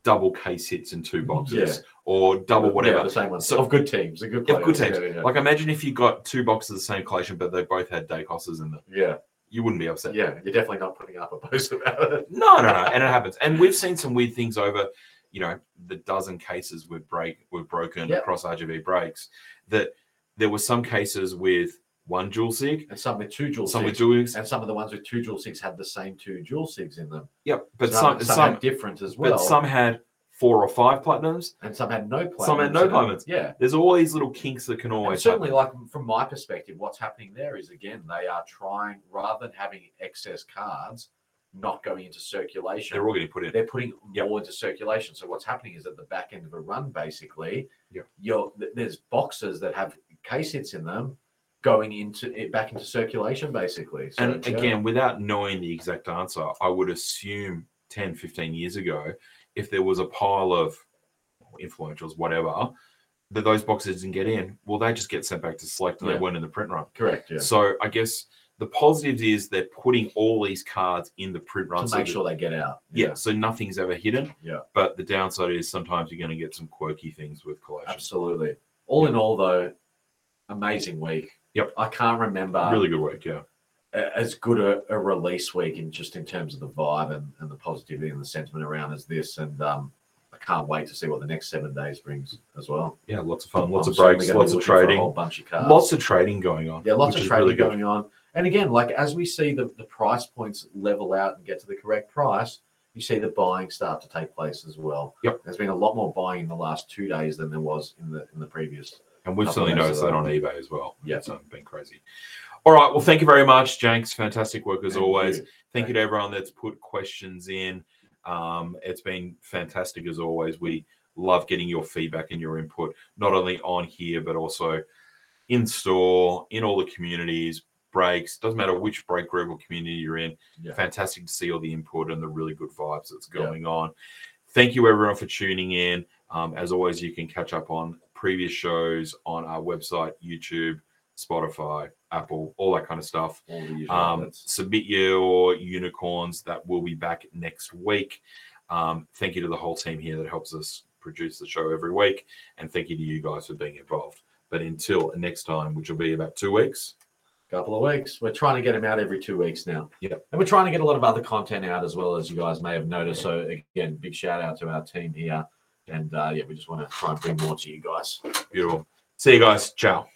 A: double case hits in two boxes or double
B: Mm-hmm. Yeah,
A: whatever.
B: the same one.
A: So-
B: of good teams, a good
A: Yeah, good
B: players,
A: teams.
B: yeah, yeah,
A: Like imagine if you got two boxes of the same collection, but they both had Dacos's in them.
B: yeah,
A: You wouldn't be upset.
B: yeah. You're definitely not putting up a post about it.
A: No, no, no. And it happens. And we've seen some weird things over, you know, the dozen cases we've break we've broken
B: Yep.
A: across RGB breaks. That there were some cases with one dual sig,
B: And some with two dual
A: some with
B: six,
A: dual sigs,
B: and some of the ones with two dual six had the same two dual six in them.
A: Yep. But
B: some,
A: some some,
B: had different as well,
A: but some had four or five platinums.
B: and some had no platinums.
A: Some had no
B: in them.
A: platinums.
B: Yeah,
A: There's always little kinks that can
B: And
A: always
B: certainly,
A: happen.
B: like from my perspective, what's happening there is again they are trying rather than having excess cards not going into circulation.
A: They're all getting put in.
B: they're putting
A: Yep.
B: more into circulation. So what's happening is at the back end of a run, basically,
A: Yep.
B: you're, th- there's boxes that have case hits in them going into it back into circulation, basically. So,
A: And
B: yeah.
A: again, without knowing the exact answer, I would assume 10, 15 years ago, if there was a pile of influentials, whatever, that those boxes didn't get in, well, they just get sent back to select and
B: Yeah.
A: they weren't in the print run.
B: correct, yeah,
A: So I guess the positives is they're putting all these cards in the print run.
B: to
A: so
B: make
A: that-
B: sure they get out.
A: yeah, so nothing's ever hidden.
B: Yeah.
A: But the downside is sometimes you're going to get some quirky things with collations.
B: absolutely. All in all, though, amazing week.
A: Yep.
B: I can't remember
A: Really good work, yeah.
B: a- as good a, a release week in just in terms of the vibe and, and the positivity and the sentiment around as this. And um, I can't wait to see what the next seven days brings as well.
A: Yeah, lots of fun, lots
B: I'm
A: of
B: certainly
A: breaks,
B: gonna be
A: lots of
B: looking for a
A: trading,
B: whole bunch of cards.
A: lots of trading going on.
B: yeah, lots
A: which
B: of
A: is
B: trading
A: really good.
B: going on. And again, like as we see the, the price points level out and get to the correct price, you see the buying start to take place as well.
A: Yep.
B: There's been a lot more buying in the last two days than there was in the in the previous.
A: And we've
B: Couple
A: certainly
B: days
A: noticed
B: of
A: that
B: that.
A: on eBay as well.
B: Yeah.
A: It's um, been crazy. All right. Well, thank you very much, Jenks. Fantastic work as
B: Thank
A: always.
B: you.
A: Thank you to everyone that's put questions in. Um, it's been fantastic as always. We love getting your feedback and your input, not only on here, but also in store, in all the communities, breaks. Doesn't matter which break group or community you're in.
B: Yeah.
A: Fantastic to see all the input and the really good vibes that's going on. Thank you, everyone, for tuning in. Um, as always, you can catch up on previous shows on our website, YouTube, Spotify, Apple, all that kind of stuff.
B: All the usual
A: Um,
B: outlets.
A: submit your unicorns. That will be back next week. Um, thank you to the whole team here that helps us produce the show every week. And thank you to you guys for being involved. But until next time, which will be about two weeks,
B: couple of weeks. We're trying to get them out every two weeks now.
A: Yeah.
B: And we're trying to get a lot of other content out as well, as you guys may have noticed. So, again, big shout out to our team here. And uh, yeah, we just want to try and bring more to you guys.
A: beautiful. See you guys. Ciao.